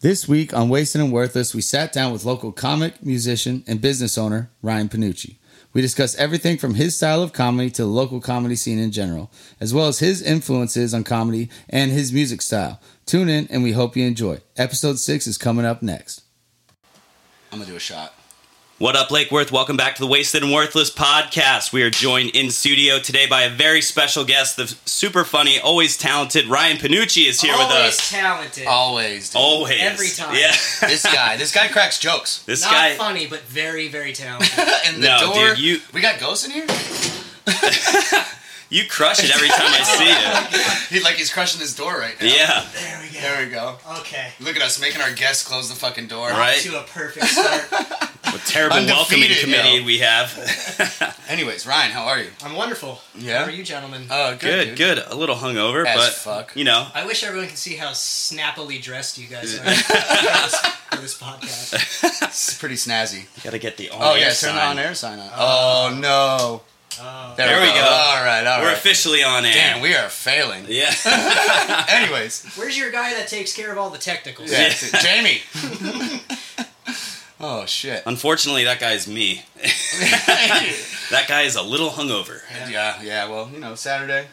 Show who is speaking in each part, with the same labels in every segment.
Speaker 1: This week on Wasted and Worthless, we sat down with local comic, musician, and business owner Ryan Panucci. We discuss everything from his style of comedy to the local comedy scene in general, as well as his influences on comedy and his music style. Tune in and we hope you enjoy. Episode 6 is coming up next. I'm going to do a shot.
Speaker 2: What up, Lake Worth? Welcome back to the Wasted and Worthless podcast. We are joined in studio today by a very special guest, the super funny, always talented Ryan Panucci is here
Speaker 3: Always
Speaker 2: with us.
Speaker 3: talented.
Speaker 4: Always. dude.
Speaker 2: Always.
Speaker 3: Every time.
Speaker 2: Yeah.
Speaker 4: This guy. This guy cracks jokes.
Speaker 2: This
Speaker 3: Not
Speaker 2: guy.
Speaker 3: funny, but very, very talented.
Speaker 4: and the
Speaker 2: No,
Speaker 4: door.
Speaker 2: dude, you-
Speaker 4: We got ghosts in here.
Speaker 2: You crush it every time I see
Speaker 4: He like he's crushing this door right now.
Speaker 2: you. Yeah.
Speaker 3: there we go.
Speaker 4: There we go.
Speaker 3: Okay.
Speaker 4: Look at us making our guests close the fucking door.
Speaker 2: Right.
Speaker 3: To a perfect start.
Speaker 2: What terrible welcoming
Speaker 4: Undefeated,
Speaker 2: committee
Speaker 4: yo.
Speaker 2: we have.
Speaker 4: Anyways, Ryan, how are you?
Speaker 3: I'm wonderful.
Speaker 4: Yeah?
Speaker 3: How are you, gentlemen?
Speaker 4: Uh,
Speaker 2: Good, good.
Speaker 4: dude.
Speaker 2: A little hungover,
Speaker 4: As
Speaker 2: but
Speaker 4: fuck.
Speaker 2: you know,
Speaker 3: I wish everyone could see how snappily dressed you guys are for this- for this podcast.
Speaker 4: It's pretty snazzy.
Speaker 2: gotta get the on
Speaker 4: Oh
Speaker 2: air
Speaker 4: yeah,
Speaker 2: sign.
Speaker 4: turn the on air sign on. Oh no.
Speaker 3: Oh.
Speaker 2: There we go.
Speaker 4: All right, all
Speaker 2: We're
Speaker 4: right.
Speaker 2: officially on air.
Speaker 4: Damn, we are failing.
Speaker 2: yeah.
Speaker 4: Anyways,
Speaker 3: Where's your guy that takes care of all the technicals?
Speaker 4: yeah, that's it. Jamie. oh shit.
Speaker 2: Unfortunately, that guy's me. That guy is a little hungover.
Speaker 4: yeah, yeah. Well, you know, Saturday.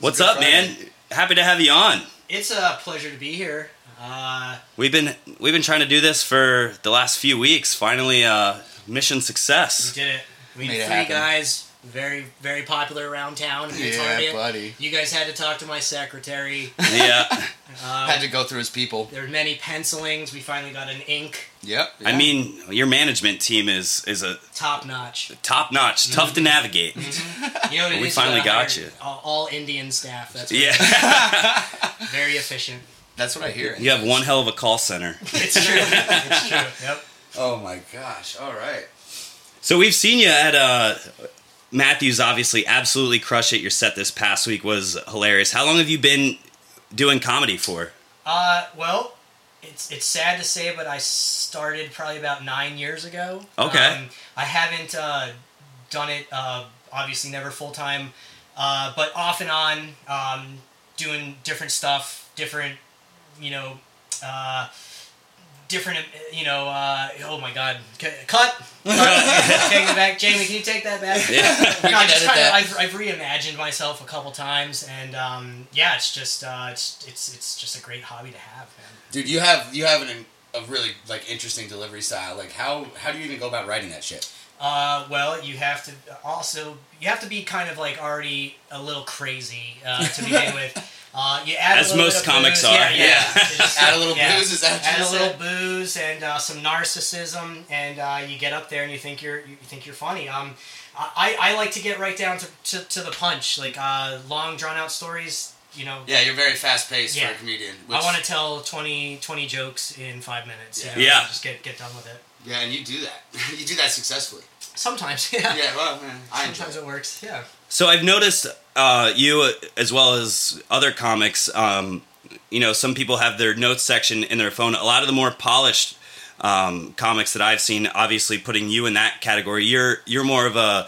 Speaker 2: What's
Speaker 4: good
Speaker 2: up,
Speaker 4: Friday.
Speaker 2: man? Happy to have you on.
Speaker 3: It's a pleasure to be here. Uh,
Speaker 2: We've been we've been trying to do this for the last few weeks. Finally, uh, mission
Speaker 3: we
Speaker 2: success.
Speaker 3: did it. We
Speaker 4: Made
Speaker 3: had
Speaker 4: it
Speaker 3: three
Speaker 4: happen.
Speaker 3: guys, very, very popular around town. in
Speaker 4: Yeah,
Speaker 3: Target.
Speaker 4: buddy.
Speaker 3: You guys had to talk to my secretary. Um,
Speaker 2: Yeah,
Speaker 4: Had to go through his people.
Speaker 3: There were many pencilings. We finally got an ink.
Speaker 4: Yep.
Speaker 2: I
Speaker 4: yeah.
Speaker 2: mean, your management team is is a
Speaker 3: Top notch.
Speaker 2: top notch, tough to navigate.
Speaker 3: You know what it
Speaker 2: We
Speaker 3: is,
Speaker 2: finally
Speaker 3: gotta
Speaker 2: got
Speaker 3: hire
Speaker 2: you.
Speaker 3: All, all Indian staff. That's
Speaker 2: Yeah,
Speaker 3: very efficient.
Speaker 4: That's what I hear.
Speaker 2: you have one hell of a call center.
Speaker 3: It's true. it's true. Yep.
Speaker 4: Oh my gosh! All right.
Speaker 2: So we've seen you at uh, Matthews. Obviously, absolutely crush it. Your set this past week was hilarious. How long have you been doing comedy for?
Speaker 3: Uh, well, it's it's sad to say, but I started probably about nine years ago.
Speaker 2: Okay.
Speaker 3: Um, I haven't uh, done it. Uh, obviously, never full time, uh, but off and on, um, doing different stuff, different, you know, uh, different, you know. Uh, oh my God! C- Cut. Cut. take it back, Jamie. Can you take that back?
Speaker 4: We
Speaker 3: No,
Speaker 4: can
Speaker 3: I just
Speaker 4: edit
Speaker 3: kinda,
Speaker 4: that.
Speaker 3: I've, I've reimagined myself a couple times, and um, yeah, it's just uh, it's it's it's just a great hobby to have, man.
Speaker 4: Dude, you have you have an, a really like interesting delivery style. Like how how do you even go about writing that shit?
Speaker 3: Uh, well, you have to also you have to be kind of like already a little crazy uh, to begin with. Uh, you add a
Speaker 2: As
Speaker 3: little
Speaker 2: most
Speaker 3: bit of
Speaker 2: comics
Speaker 3: booze.
Speaker 2: are,
Speaker 3: Yeah, yeah.
Speaker 2: yeah.
Speaker 3: Just-
Speaker 4: Add a little
Speaker 3: yeah.
Speaker 4: booze, is that what
Speaker 3: add
Speaker 4: you
Speaker 3: a
Speaker 4: said?
Speaker 3: little booze and uh, some narcissism, and uh, you get up there and you think you're you think you're funny. Um, I, I like to get right down to, to, to the punch, like uh, long drawn out stories. You know,
Speaker 4: Yeah, you're very fast paced
Speaker 3: Yeah.
Speaker 4: for a comedian.
Speaker 3: I want to tell 20, 20 jokes in five minutes. you
Speaker 4: Yeah.
Speaker 3: know,
Speaker 2: Yeah.
Speaker 3: Just get, get done with it.
Speaker 4: Yeah, and you do that. you do that successfully.
Speaker 3: Sometimes, yeah.
Speaker 4: Yeah, well, man, I enjoy.
Speaker 3: Sometimes
Speaker 4: It.
Speaker 3: it works, yeah.
Speaker 2: So I've noticed uh, you, uh, as well as other comics, um, you know, some people have their notes section in their phone. A lot of the more polished um, comics that I've seen, obviously putting you in that category. You're you're more of a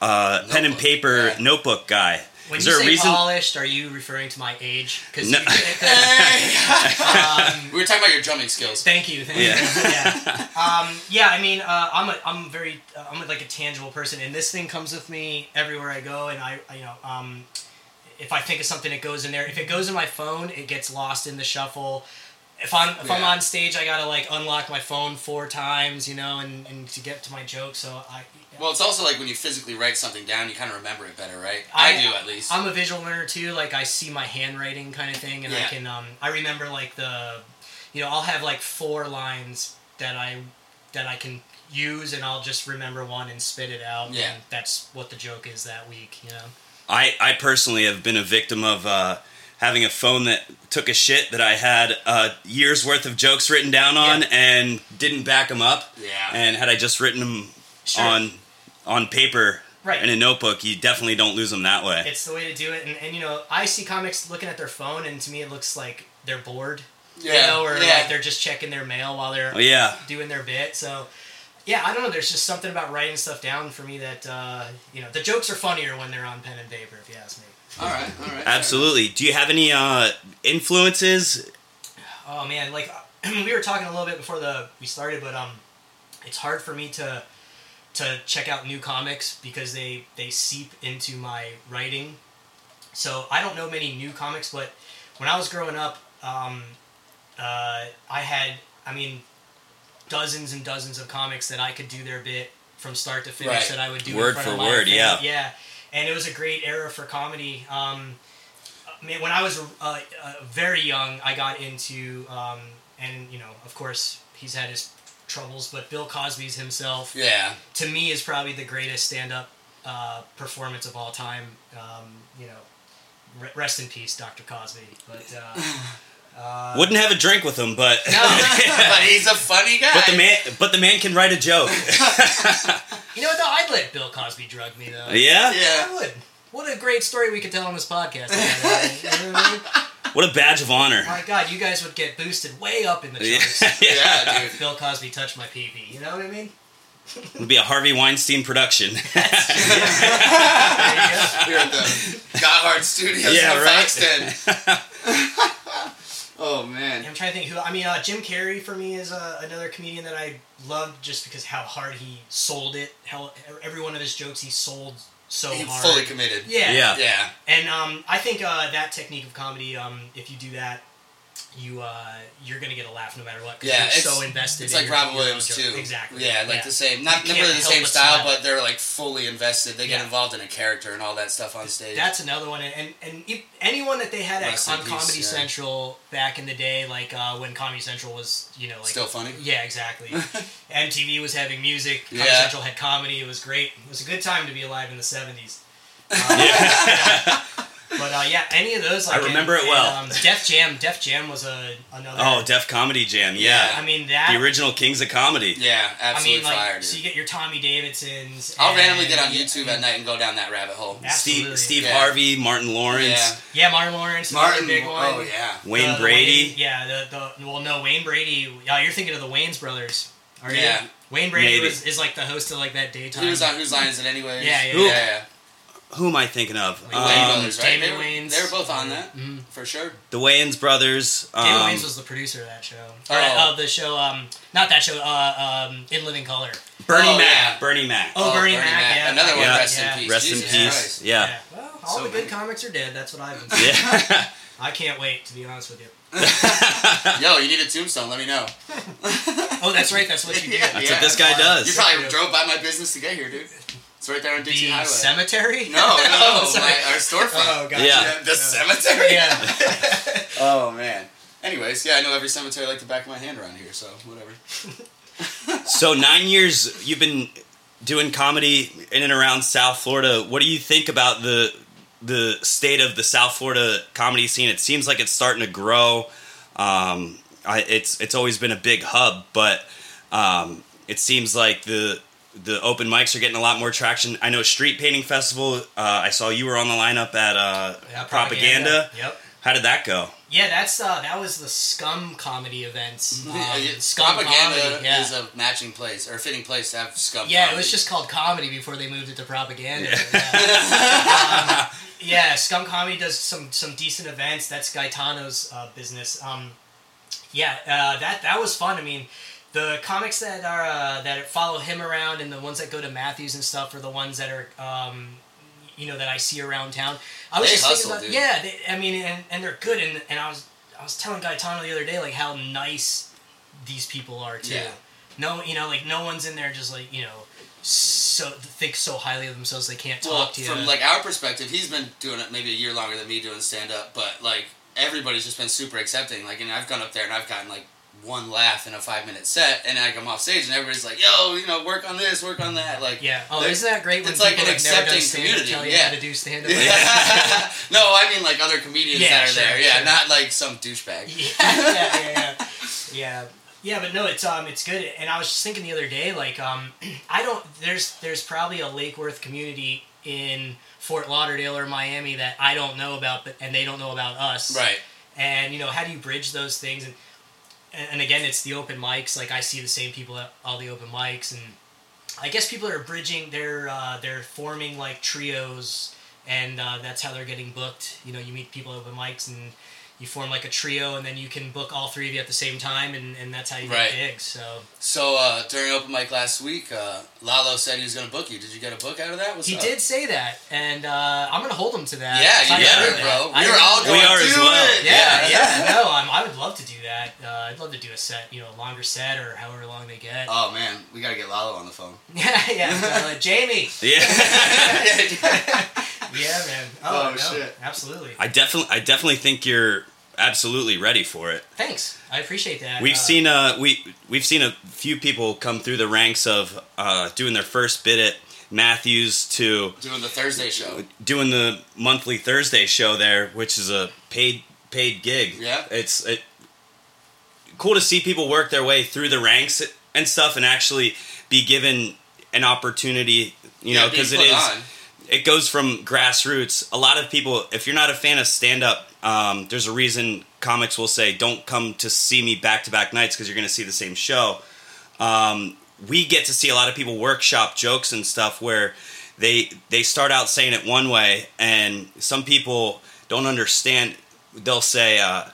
Speaker 2: uh, pen and
Speaker 4: Notebook
Speaker 2: paper
Speaker 4: guy.
Speaker 2: notebook guy.
Speaker 3: When
Speaker 2: Is
Speaker 3: you
Speaker 2: there
Speaker 3: say
Speaker 2: a reason?
Speaker 3: polished, are you referring to my age? Because
Speaker 2: No.
Speaker 4: We were talking about your drumming skills.
Speaker 3: Thank you. Thank you. Yeah. Um, yeah. I mean, uh, I'm a, I'm very, uh, I'm like a tangible person, and this thing comes with me everywhere I go. And I, I you know, um, if I think of something, it goes in there. If it goes in my phone, it gets lost in the shuffle. If I'm if I'm
Speaker 4: Yeah.
Speaker 3: on stage, I gotta like unlock my phone four times, you know, and, and to get to my joke. So I.
Speaker 4: Well, it's also like when you physically write something down, you kind of remember it better, right?
Speaker 3: I-
Speaker 4: do at least.
Speaker 3: I'm a visual learner too. Like I see my handwriting kind of thing, and I
Speaker 4: Yeah.
Speaker 3: can um, I remember like the, you know, I'll have like four lines that I that I can use, and I'll just remember one and spit it out.
Speaker 4: Yeah.
Speaker 3: and that's what the joke is that week. You know.
Speaker 2: I, I personally have been a victim of uh, having a phone that took a shit that I had uh, years worth of jokes written down on
Speaker 3: Yeah.
Speaker 2: and didn't back them up.
Speaker 4: Yeah.
Speaker 2: And had I just written them
Speaker 3: Sure.
Speaker 2: on on paper
Speaker 3: Right.
Speaker 2: in a notebook, you definitely don't lose them that way.
Speaker 3: It's the way to do it, and, and you know I see comics looking at their phone, and to me it looks like they're bored. You
Speaker 4: Yeah,
Speaker 3: know, or
Speaker 4: yeah.
Speaker 3: like they're just checking their mail while they're
Speaker 2: oh yeah.
Speaker 3: doing their bit. So, yeah, I don't know. There's just something about writing stuff down for me that uh, you know the jokes are funnier when they're on pen and paper, if you ask me.
Speaker 4: all right, all right.
Speaker 2: Absolutely. Do you have any uh, influences
Speaker 3: oh man, like we were talking a little bit before the we started, but um, it's hard for me to to check out new comics because they they seep into my writing. So I don't know many new comics, but when I was growing up, um, uh, I had I mean dozens and dozens of comics that I could do their bit from start to finish
Speaker 4: Right.
Speaker 3: that I would do in
Speaker 2: Word
Speaker 3: front
Speaker 2: for
Speaker 3: of my
Speaker 2: word,
Speaker 3: fan.
Speaker 2: yeah.
Speaker 3: yeah. And it was a great era for comedy. Um, I mean, when I was uh, uh, very young, I got into, um, and you know, of course, he's had his troubles, but Bill Cosby's himself,
Speaker 4: Yeah.
Speaker 3: to me, is probably the greatest stand up uh, performance of all time. Um, you know, re- rest in peace, Dr. Cosby. But uh,
Speaker 2: Wouldn't have a drink with him, but
Speaker 4: but he's a funny guy.
Speaker 2: but the man but the man can write a joke.
Speaker 3: you know what, though? I'd let Bill Cosby drug me, though.
Speaker 2: yeah?
Speaker 4: Yeah.
Speaker 3: I would. What a great story we could tell on this podcast. You know what I mean?
Speaker 2: What a badge of honor.
Speaker 3: My God, you guys would get boosted way up in the
Speaker 2: Yeah,
Speaker 3: charts.
Speaker 2: yeah.
Speaker 4: Yeah, dude.
Speaker 3: Bill Cosby touched my pee pee. You know what I mean?
Speaker 2: It'd be a Harvey Weinstein production.
Speaker 3: There you go.
Speaker 4: Here at the Gotthard Studios
Speaker 2: Yeah,
Speaker 4: in
Speaker 2: right.
Speaker 4: Foxton. oh man.
Speaker 3: I'm trying to think who. I mean, uh, Jim Carrey for me is uh, another comedian that I loved just because how hard he sold it. How every one of his jokes he sold so
Speaker 4: He
Speaker 3: hard.
Speaker 4: fully committed.
Speaker 3: yeah.
Speaker 2: Yeah.
Speaker 4: Yeah.
Speaker 3: And um, I think uh, that technique of comedy, um, if you do that, you uh, you're gonna get a laugh no matter what. 'cause
Speaker 4: Yeah,
Speaker 3: you're
Speaker 4: it's-
Speaker 3: so invested.
Speaker 4: It's
Speaker 3: in
Speaker 4: like
Speaker 3: your-
Speaker 4: Robin
Speaker 3: your own
Speaker 4: Williams
Speaker 3: joke.
Speaker 4: too.
Speaker 3: Exactly.
Speaker 4: Yeah, like the same. Not not
Speaker 3: can't
Speaker 4: really the
Speaker 3: help
Speaker 4: same
Speaker 3: but
Speaker 4: style,
Speaker 3: smile.
Speaker 4: but they're like fully invested. They get
Speaker 3: Yeah.
Speaker 4: involved in a character and all that stuff on stage.
Speaker 3: That's another one, and and if, anyone that they had at,
Speaker 4: Rest in
Speaker 3: on
Speaker 4: peace,
Speaker 3: Comedy
Speaker 4: yeah.
Speaker 3: Central back in the day, like uh, when Comedy Central was, you know, like
Speaker 4: Still funny.
Speaker 3: yeah, exactly. MTV was having music. Comedy
Speaker 4: Yeah.
Speaker 3: Central had comedy. It was great. It was a good time to be alive in the seventies. Uh, But uh, yeah, any of those, like,
Speaker 2: I remember
Speaker 3: and-
Speaker 2: it well.
Speaker 3: and, um, Def Jam. Def Jam was a another.
Speaker 2: oh, Def Comedy Jam, yeah.
Speaker 3: I mean that.
Speaker 2: the original Kings of Comedy.
Speaker 4: Yeah,
Speaker 3: I
Speaker 4: absolutely
Speaker 3: mean, like,
Speaker 4: fire, dude.
Speaker 3: so you get your Tommy Davidsons.
Speaker 4: I'll
Speaker 3: and-
Speaker 4: randomly get on YouTube at night and go down that rabbit hole.
Speaker 3: Yeah. Absolutely.
Speaker 2: Steve, Steve
Speaker 4: Yeah.
Speaker 2: Harvey, Martin Lawrence,
Speaker 3: Yeah, Martin Lawrence. another
Speaker 4: Martin,
Speaker 3: big one.
Speaker 4: oh yeah,
Speaker 2: Wayne
Speaker 3: The- the
Speaker 2: Brady.
Speaker 3: Wayne- yeah, the, the well, no, Wayne Brady. Yeah, you're thinking of the Wayne's brothers. Are you?
Speaker 4: Yeah.
Speaker 3: Wayne Brady
Speaker 2: Maybe.
Speaker 3: was, is like the host of like that daytime.
Speaker 4: he was on Whose Line Is It Anyways?
Speaker 3: Yeah, yeah,
Speaker 4: yeah.
Speaker 2: yeah. Who am I thinking of?
Speaker 3: Wayne
Speaker 4: Wayne
Speaker 2: Um,
Speaker 4: brothers, right?
Speaker 3: Damon
Speaker 4: they, were,
Speaker 3: Wayans.
Speaker 4: they were both on that
Speaker 3: Mm-hmm.
Speaker 4: for sure.
Speaker 2: the Wayans brothers. Um,
Speaker 3: David Wayne's was the producer of that show. Or,
Speaker 4: Oh.
Speaker 3: of the show, um, not that show. Uh, um, In Living Color.
Speaker 2: Bernie
Speaker 4: Oh,
Speaker 2: Mac.
Speaker 4: yeah.
Speaker 2: Bernie Mac.
Speaker 3: Oh, Bernie Mac, yeah.
Speaker 4: Another one.
Speaker 2: Yeah.
Speaker 4: Rest
Speaker 3: Yeah.
Speaker 4: in peace.
Speaker 2: Rest
Speaker 4: Jesus
Speaker 2: in peace.
Speaker 4: Christ.
Speaker 2: Yeah.
Speaker 3: Well, all
Speaker 4: So
Speaker 3: the good
Speaker 4: many.
Speaker 3: comics are dead. That's what I've. Been
Speaker 2: Yeah.
Speaker 3: I can't wait to be honest with you.
Speaker 4: Yo, you need a tombstone. Let me know.
Speaker 3: Oh, that's right. That's what you do.
Speaker 4: Yeah.
Speaker 2: That's what this guy
Speaker 4: You
Speaker 2: does.
Speaker 4: probably drove by my business to get here, dude. It's right there on Dixie
Speaker 3: The
Speaker 4: Highway.
Speaker 3: cemetery.
Speaker 4: no, no,
Speaker 3: Oh, sorry.
Speaker 4: my, our storefront.
Speaker 3: Oh, gotcha.
Speaker 2: Yeah.
Speaker 4: the cemetery.
Speaker 3: Yeah.
Speaker 4: Oh man. Anyways, yeah, I know every cemetery like the back of my hand around here, so whatever.
Speaker 2: So nine years you've been doing comedy in and around South Florida. What do you think about the the state of the South Florida comedy scene? It seems like it's starting to grow. Um, I, it's it's always been a big hub, but um, it seems like the the open mics are getting a lot more traction. I know Street Painting Festival. Uh, I saw you were on the lineup at uh,
Speaker 3: Yeah,
Speaker 2: Propaganda.
Speaker 3: Yep.
Speaker 2: How did that go?
Speaker 3: Yeah, that's uh, that was the scum comedy events. Um,
Speaker 4: Yeah, yeah,
Speaker 3: scum
Speaker 4: propaganda
Speaker 3: comedy, yeah.
Speaker 4: is a matching place or a fitting place to have scum.
Speaker 3: yeah, it
Speaker 4: comedy.
Speaker 3: was just called comedy before they moved it to propaganda. Yeah, um, yeah scum comedy does some some decent events. That's Gaetano's uh, business. Um, yeah, uh, that that was fun. I mean, the comics that are uh, that follow him around and the ones that go to Matthews and stuff are the ones that are. Um, you know that I see around town. I was
Speaker 4: They
Speaker 3: just
Speaker 4: hustle,
Speaker 3: thinking
Speaker 4: dude.
Speaker 3: about yeah. They, I mean, and, and they're good. And, and I was I was telling Gaetano the other day like how nice these people are too.
Speaker 4: Yeah.
Speaker 3: No, you know, like no one's in there just like you know, so think so highly of themselves they can't talk
Speaker 4: well,
Speaker 3: to you.
Speaker 4: from like our perspective, he's been doing it maybe a year longer than me doing stand up, but like everybody's just been super accepting. Like, and I've gone up there and I've gotten like one laugh in a five minute set, and I come off stage and everybody's like, "Yo, you know, work on this, work on that." Like,
Speaker 3: yeah. Oh,
Speaker 4: they're-
Speaker 3: isn't that great when
Speaker 4: it's
Speaker 3: people
Speaker 4: like an
Speaker 3: have never done
Speaker 4: accepting
Speaker 3: stand-up
Speaker 4: community,
Speaker 3: tell you
Speaker 4: yeah.
Speaker 3: how to do stand up?
Speaker 4: no, I mean like other comedians
Speaker 3: Yeah,
Speaker 4: that are
Speaker 3: sure,
Speaker 4: there. Yeah,
Speaker 3: sure.
Speaker 4: not like some douchebag.
Speaker 3: yeah, yeah, yeah, yeah. yeah. Yeah, but no, it's um, it's good. And I was just thinking the other day, like um, I don't. There's there's probably a Lake Worth community in Fort Lauderdale or Miami that I don't know about, but and they don't know about us.
Speaker 4: Right.
Speaker 3: And you know, how do you bridge those things? And and and again, it's the open mics. Like I see the same people at all the open mics, and I guess people are bridging. They're uh, they're forming like trios, and uh, that's how they're getting booked. You know, you meet people at open mics, and you form like a trio, and then you can book all three of you at the same time, and, and that's how you
Speaker 4: Right.
Speaker 3: get gigs. So
Speaker 4: So uh, during open mic last week, uh, Lalo said he was going to book you. Did you get a book out of that? What's
Speaker 3: he
Speaker 4: up?
Speaker 3: did say that, and uh, I'm gonna hold him to that.
Speaker 4: Yeah,
Speaker 3: If I
Speaker 4: you got
Speaker 3: can
Speaker 4: it,
Speaker 3: do that.
Speaker 4: bro. We
Speaker 3: I-
Speaker 4: are all
Speaker 2: We
Speaker 4: going
Speaker 2: are
Speaker 4: do
Speaker 2: as well.
Speaker 4: it.
Speaker 3: Yeah, yeah, no, I'm, I would love to do that. Uh, I'd love to do a set, you know, a longer set or however long they get.
Speaker 4: Oh man, we gotta get Lalo on the phone.
Speaker 3: yeah, yeah, so, like, Jamie.
Speaker 2: Yeah.
Speaker 3: Yeah, man. Oh,
Speaker 4: Oh,
Speaker 3: no,
Speaker 4: shit.
Speaker 3: absolutely.
Speaker 2: I definitely I definitely think you're absolutely ready for it.
Speaker 3: Thanks, I appreciate that.
Speaker 2: We've
Speaker 3: Uh,
Speaker 2: seen uh we we've seen a few people come through the ranks of uh, doing their first bit at Matthews to
Speaker 4: Doing the Thursday show.
Speaker 2: doing the monthly Thursday show there, which is a paid paid gig.
Speaker 4: Yeah.
Speaker 2: it's it, cool to see people work their way through the ranks and stuff, and actually be given an opportunity. You know,
Speaker 4: Yeah, being
Speaker 2: because it
Speaker 4: put
Speaker 2: is
Speaker 4: on.
Speaker 2: it goes from grassroots. A lot of people, if you're not a fan of stand up, um, there's a reason comics will say, "Don't come to see me back to back nights because you're going to see the same show." Um, we get to see a lot of people workshop jokes and stuff where they they start out saying it one way, and some people don't understand. They'll say. Uh,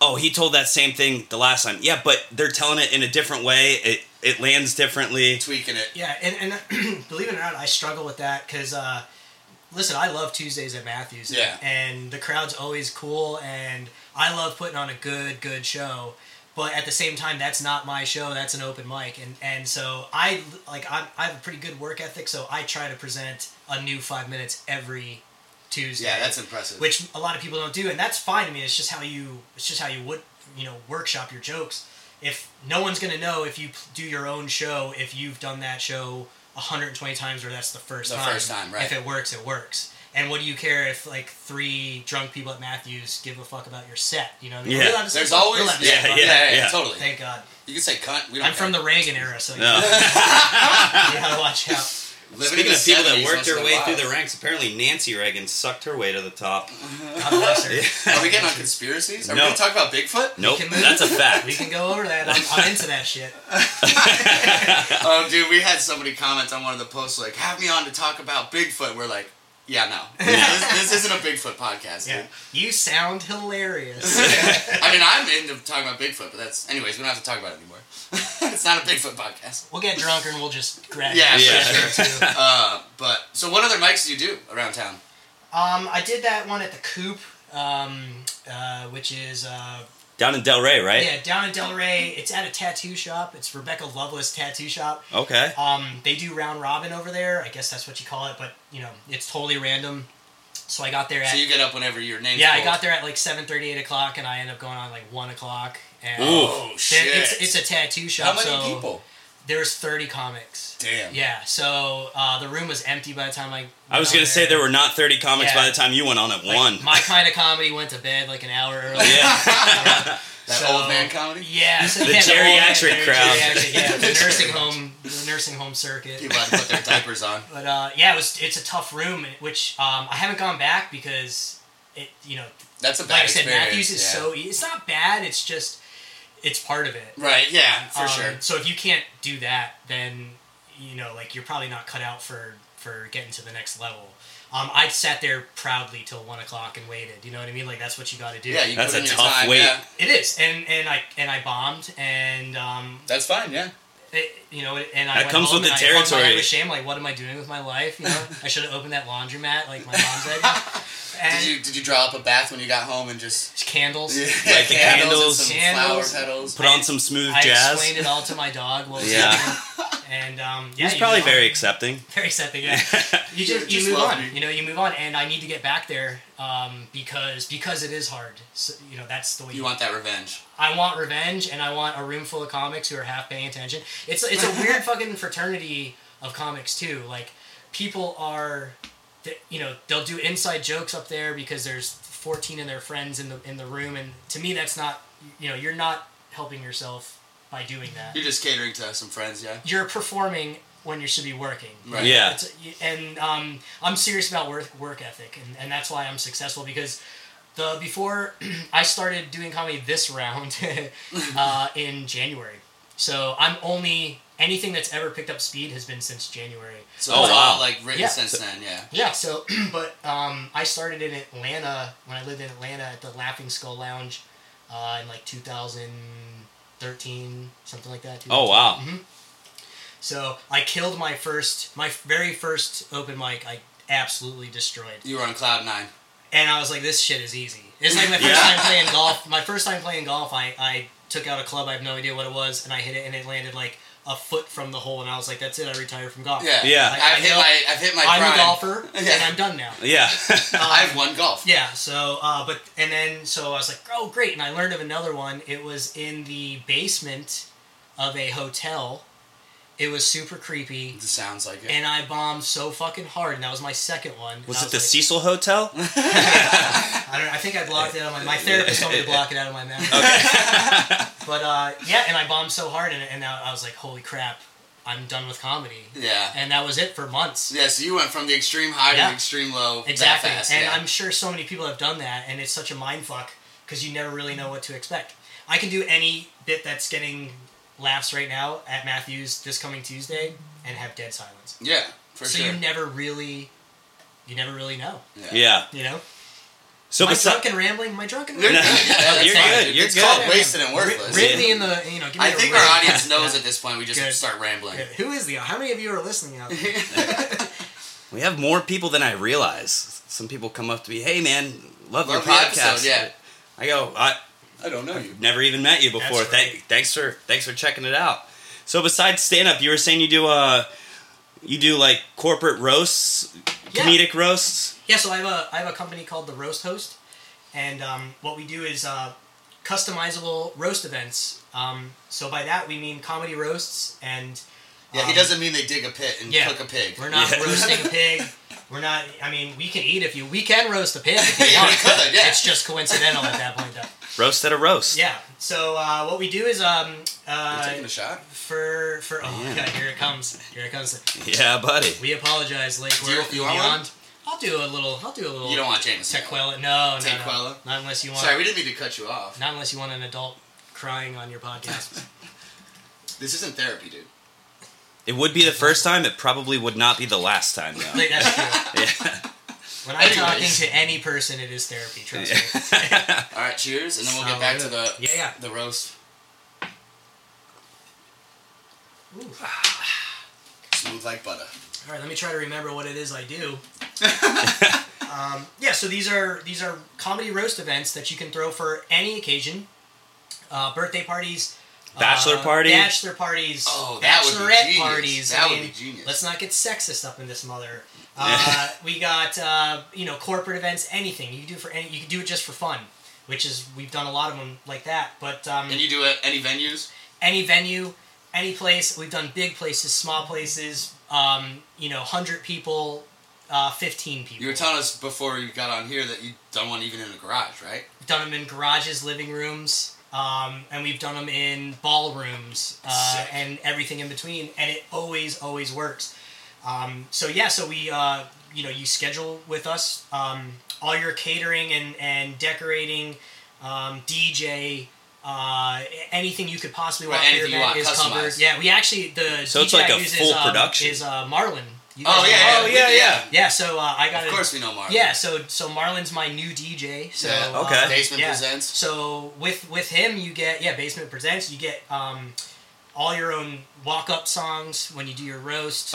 Speaker 2: oh, he told that same thing the last time. Yeah, but they're telling it in a different way. It it lands differently.
Speaker 4: tweaking it.
Speaker 3: Yeah, and, and believe it or not, I struggle with that because, uh, listen, I love Tuesdays at Matthews.
Speaker 4: Yeah.
Speaker 3: And the crowd's always cool, and I love putting on a good, good show. But at the same time, that's not my show. That's an open mic, and and so I like I'm, I have a pretty good work ethic, so I try to present a new five minutes every Tuesday.
Speaker 4: Yeah, that's impressive.
Speaker 3: which a lot of people don't do, and that's fine. I mean, it's just how you it's just how you would you know workshop your jokes. If no one's gonna know if you p- do your own show, if you've done that show 120 times or that's the first
Speaker 4: The
Speaker 3: time.
Speaker 4: first time, right.
Speaker 3: If it works, it works. And what do you care if like three drunk people at Matthews give a fuck about your set? You know,
Speaker 2: Yeah.
Speaker 4: There's always yeah, yeah, yeah,
Speaker 2: yeah.
Speaker 4: totally.
Speaker 3: Thank God.
Speaker 4: You can say cunt. We don't
Speaker 3: I'm from
Speaker 4: care.
Speaker 3: the Reagan era, so you
Speaker 2: No.
Speaker 3: gotta watch out.
Speaker 4: Living
Speaker 2: Speaking
Speaker 4: in
Speaker 2: of people that
Speaker 4: 70s
Speaker 2: worked
Speaker 4: must've
Speaker 2: their
Speaker 4: been
Speaker 2: way
Speaker 4: wild.
Speaker 2: through the ranks, apparently Nancy Reagan sucked her way to the top.
Speaker 3: God bless her.
Speaker 4: Are we getting on conspiracies? Are
Speaker 2: No.
Speaker 4: we gonna talk about Bigfoot?
Speaker 2: Nope,
Speaker 3: can move.
Speaker 2: that's a
Speaker 3: We
Speaker 2: fact.
Speaker 3: can go over that. I'm, I'm into that shit.
Speaker 4: Oh, dude, we had somebody comment on one of the posts like, "Have me on to talk about Bigfoot." We're like, "Yeah, no, this, this isn't a Bigfoot podcast."
Speaker 3: Yeah.
Speaker 4: Dude.
Speaker 3: You sound hilarious.
Speaker 4: I mean, I'm into talking about Bigfoot, but that's anyways. We don't have to talk about it anymore. it's not a Bigfoot podcast.
Speaker 3: We'll get drunker and we'll just grab
Speaker 4: Yeah,
Speaker 3: it.
Speaker 4: for
Speaker 2: Yeah.
Speaker 4: sure. Uh, but so, what other mics do you do around town?
Speaker 3: Um, I did that one at the Coop, um, uh, which is uh,
Speaker 2: Down in Del Rey, right?
Speaker 3: yeah down in Delray. It's at a tattoo shop. It's Rebecca Lovelace Tattoo Shop.
Speaker 2: Okay.
Speaker 3: Um, they do round robin over there. I guess that's what you call it, but you know it's totally random. So I got there at
Speaker 4: So you get up whenever your name's
Speaker 3: yeah I
Speaker 4: called.
Speaker 3: got there at like 7:38 o'clock and I end up going on like one o'clock. And
Speaker 2: Ooh.
Speaker 4: Oh
Speaker 3: There-
Speaker 4: shit!
Speaker 3: It's, it's a tattoo shop.
Speaker 4: How many
Speaker 3: so
Speaker 4: people?
Speaker 3: There's 30 comics.
Speaker 4: Damn.
Speaker 3: Yeah, so uh, the room was empty by the time I.
Speaker 2: I was
Speaker 3: went
Speaker 2: gonna
Speaker 3: on
Speaker 2: say there were not 30 comics
Speaker 3: Yeah.
Speaker 2: by the time you went on at
Speaker 3: Like,
Speaker 2: one.
Speaker 3: My kind of comedy went to bed like an hour
Speaker 2: yeah.
Speaker 3: early.
Speaker 4: That
Speaker 3: So-
Speaker 4: old man comedy.
Speaker 3: Yeah, so
Speaker 2: The
Speaker 3: yeah, old
Speaker 2: geriatric
Speaker 3: man- the
Speaker 2: crowd.
Speaker 3: geriatric, yeah, the nursing home, the nursing home circuit.
Speaker 4: People had to put their diapers on.
Speaker 3: But uh, yeah, it was it's a tough room, which um, I haven't gone back because it you know
Speaker 4: That's a bad
Speaker 3: like I said,
Speaker 4: experience.
Speaker 3: Matthews is
Speaker 4: yeah.
Speaker 3: so e- it's not bad. It's just it's part of it
Speaker 4: right. Yeah, for
Speaker 3: Um,
Speaker 4: sure.
Speaker 3: So if you can't do that, then you know like you're probably not cut out for for getting to the next level. Um, I sat there proudly till one o'clock and waited. You know what I mean? Like that's what you got to do.
Speaker 4: Yeah, you
Speaker 2: That's a
Speaker 4: put in your
Speaker 2: tough
Speaker 4: time,
Speaker 2: wait.
Speaker 4: Yeah.
Speaker 3: It is, and and I and I bombed, and um,
Speaker 4: That's fine. Yeah.
Speaker 3: it, you know, and I
Speaker 2: That
Speaker 3: went
Speaker 2: comes
Speaker 3: home
Speaker 2: with
Speaker 3: and
Speaker 2: the
Speaker 3: I hung my
Speaker 2: territory.
Speaker 3: head with shame, like, what am I doing with my life? You know, I should have opened that laundromat, like my mom said. you know? And
Speaker 4: Did you did you draw up a bath when you got home and just
Speaker 3: candles.
Speaker 2: Light the candles.
Speaker 4: and some
Speaker 3: Candles.
Speaker 4: flower petals?
Speaker 2: Put on some smooth
Speaker 3: I
Speaker 2: jazz.
Speaker 3: explained it all to my dog. What was
Speaker 2: Yeah.
Speaker 3: happening. And um, yeah,
Speaker 2: He's
Speaker 3: you
Speaker 2: probably
Speaker 3: move on.
Speaker 2: very accepting.
Speaker 3: very accepting. Yeah, you just,
Speaker 4: Just
Speaker 3: you move
Speaker 4: love
Speaker 3: on.
Speaker 4: me.
Speaker 3: You know, you move on, and I need to get back there um, because because it is hard. So, you know, that's the way
Speaker 4: You want that revenge?
Speaker 3: I want revenge, and I want a room full of comics who are half paying attention. It's it's a weird fucking fraternity of comics too. Like people are, th- you know, they'll do inside jokes up there because there's fourteen of their friends in the in the room, and to me that's not, you know, you're not helping yourself by doing that.
Speaker 4: You're just catering to some friends, yeah.
Speaker 3: You're performing when you should be working.
Speaker 4: Right.
Speaker 2: Yeah.
Speaker 3: It's, and um, I'm serious about work work ethic, and, and that's why I'm successful because the before I started doing comedy this round uh, in January, So I'm only anything that's ever picked up speed has been since January.
Speaker 4: So
Speaker 2: Oh,
Speaker 4: it's
Speaker 2: wow.
Speaker 4: all like written
Speaker 3: Yeah.
Speaker 4: since then, yeah.
Speaker 3: Yeah. So, but um, I started in Atlanta when I lived in Atlanta at the Laughing Skull Lounge uh, in like 2013, something like that.
Speaker 2: Oh wow.
Speaker 3: Mm-hmm. So I killed my first, my very first open mic. I absolutely destroyed.
Speaker 4: You were on cloud nine.
Speaker 3: and I was like, this shit is easy. It's like my first
Speaker 2: Yeah.
Speaker 3: time playing golf. My first time playing golf, I, I took out a club, I have no idea what it was, and I hit it, and it landed like a foot from the hole, and I was like, that's it, I retire from golf.
Speaker 4: Yeah.
Speaker 2: Yeah.
Speaker 4: I've,
Speaker 3: I- I
Speaker 4: hit
Speaker 3: know-
Speaker 4: my, I've hit my
Speaker 3: I'm
Speaker 4: prime.
Speaker 3: a golfer,
Speaker 4: Yeah.
Speaker 3: and I'm done now.
Speaker 2: Yeah.
Speaker 4: I've won golf.
Speaker 3: Yeah, so, uh, but, and then, so I was like, oh, great, and I learned of another one. It was in the basement of a hotel. It was super creepy,
Speaker 4: It sounds like it.
Speaker 3: and I bombed so fucking hard, and that was my second one. and
Speaker 2: was
Speaker 3: I
Speaker 2: it the
Speaker 3: like-
Speaker 2: Cecil Hotel?
Speaker 3: I don't. I think I blocked it out of my. My therapist told me to block it out of my memory. but uh, yeah, and I bombed so hard, and and I I was like, holy crap, I'm done with comedy,
Speaker 4: yeah.
Speaker 3: and that was it for months.
Speaker 4: Yeah, so you went from the extreme high to
Speaker 3: Yeah.
Speaker 4: the extreme low
Speaker 3: Exactly,
Speaker 4: that fast.
Speaker 3: and
Speaker 4: yeah.
Speaker 3: I'm sure so many people have done that, and it's such a mind fuck because you never really know what to expect. I can do any bit that's getting laughs right now at Matthews this coming Tuesday and have dead silence.
Speaker 4: yeah, for
Speaker 3: so
Speaker 4: sure.
Speaker 3: you never really, you never really know.
Speaker 2: yeah.
Speaker 3: You know,
Speaker 2: So
Speaker 3: my
Speaker 2: besides,
Speaker 3: drunken rambling, my drunken.
Speaker 4: You're,
Speaker 3: rambling.
Speaker 4: that's
Speaker 2: you're
Speaker 4: fine,
Speaker 2: good,
Speaker 4: dude.
Speaker 2: you're
Speaker 4: it's
Speaker 2: good.
Speaker 4: called wasted and worthless.
Speaker 3: Rid me in the you know. Give me
Speaker 4: I
Speaker 3: a
Speaker 4: think
Speaker 3: rid.
Speaker 4: our audience knows
Speaker 3: Yeah.
Speaker 4: at this point. We just
Speaker 3: Good.
Speaker 4: start rambling.
Speaker 3: Yeah, Who is the? How many of you are listening out there?
Speaker 2: we have more people than I realize. Some people come up to me, "Hey, man, love, your
Speaker 4: Love the
Speaker 2: podcast."
Speaker 4: episode, yeah.
Speaker 2: I go, I
Speaker 4: I don't know you.
Speaker 2: never even met you before.
Speaker 3: That's
Speaker 2: Thank, thanks for thanks for checking it out. So besides stand up, you were saying you do uh you do like corporate roasts,
Speaker 3: Yeah.
Speaker 2: comedic roasts.
Speaker 3: Yeah, so I have a I have a company called the Roast Host, and um, what we do is uh, customizable roast events. Um, so by that we mean comedy roasts, and
Speaker 4: Yeah, he
Speaker 3: um,
Speaker 4: doesn't mean they dig a pit and
Speaker 3: Yeah.
Speaker 4: cook a pig.
Speaker 3: We're not
Speaker 2: Yeah.
Speaker 3: roasting a pig. We're not. I mean, we can eat if you. We can roast a pig if you want.
Speaker 4: could, yeah.
Speaker 3: It's just coincidental at that point, though.
Speaker 2: Roast at a roast.
Speaker 3: Yeah. So uh, what we do is um
Speaker 4: You're
Speaker 3: uh,
Speaker 4: taking a shot.
Speaker 3: for for oh
Speaker 2: Yeah.
Speaker 3: god here it comes here it comes
Speaker 2: Yeah, buddy.
Speaker 3: we apologize Lake
Speaker 4: you-
Speaker 3: Worth
Speaker 4: you
Speaker 3: and
Speaker 4: want one?
Speaker 3: beyond. I'll do a little. I'll do a little.
Speaker 4: You don't want Jameson.
Speaker 3: Tequila? No, no, no.
Speaker 4: Tequila?
Speaker 3: Not unless you want.
Speaker 4: Sorry, we didn't mean to cut you off.
Speaker 3: Not unless you want an adult crying on your podcast.
Speaker 4: This isn't therapy, dude.
Speaker 2: It would be the first time. It probably would not be the last time, though.
Speaker 3: Like, that's true.
Speaker 2: Yeah.
Speaker 3: When I'm
Speaker 4: Anyways.
Speaker 3: talking to any person, it is therapy. Trust me.
Speaker 4: All right, cheers, and then we'll get
Speaker 3: Sound
Speaker 4: back to
Speaker 3: good.
Speaker 4: the
Speaker 3: Yeah, yeah.
Speaker 4: the roast.
Speaker 3: Ooh.
Speaker 4: Smooth like butter.
Speaker 3: All right, let me try to remember what it is I do. um, yeah, so these are these are comedy roast events that you can throw for any occasion, uh, birthday parties,
Speaker 2: Bachelor
Speaker 3: uh,
Speaker 2: party.
Speaker 3: bachelor parties,
Speaker 4: Oh, that would be
Speaker 3: bachelorette
Speaker 4: genius.
Speaker 3: parties.
Speaker 4: That
Speaker 3: I
Speaker 4: would
Speaker 3: mean,
Speaker 4: be genius.
Speaker 3: Let's not get sexist up in this mother. Uh, we got uh, you know corporate events, anything you can do for any. You can do it just for fun, which is we've done a lot of them like that. But um,
Speaker 4: And you do it any venues?
Speaker 3: any venue, any place. We've done big places, small places. Um, you know, hundred people, uh, fifteen people.
Speaker 4: You were telling us before you got on here that you done one even in a garage, right?
Speaker 3: We've done them in garages, living rooms, um, and we've done them in ballrooms uh,
Speaker 4: Sick.
Speaker 3: and everything in between. And it always, always works. Um, so yeah, so we, uh, you know, you schedule with us um, all your catering and and decorating, um, DJ. Uh, anything you could possibly
Speaker 4: Right,
Speaker 3: want for your
Speaker 4: anything you
Speaker 3: event
Speaker 4: want,
Speaker 3: is covered.
Speaker 4: customized.
Speaker 3: Yeah, we actually the
Speaker 2: So
Speaker 3: DJ
Speaker 2: it's like
Speaker 3: I
Speaker 2: a
Speaker 3: use
Speaker 2: full
Speaker 3: is, um,
Speaker 2: production.
Speaker 3: is uh, Marlin. You guys
Speaker 4: Oh
Speaker 3: know
Speaker 4: yeah,
Speaker 2: Oh,
Speaker 3: Marlin?
Speaker 4: we
Speaker 2: yeah,
Speaker 4: did,
Speaker 2: yeah.
Speaker 3: yeah. So uh, I got
Speaker 4: Of course we know Mark.
Speaker 3: yeah, so so Marlin's my new DJ. So
Speaker 4: Yeah.
Speaker 3: uh,
Speaker 2: Okay.
Speaker 4: Basement
Speaker 3: yeah.
Speaker 4: presents.
Speaker 3: So with with him, you get yeah, Basement Presents. You get um, all your own walk up songs when you do your roast.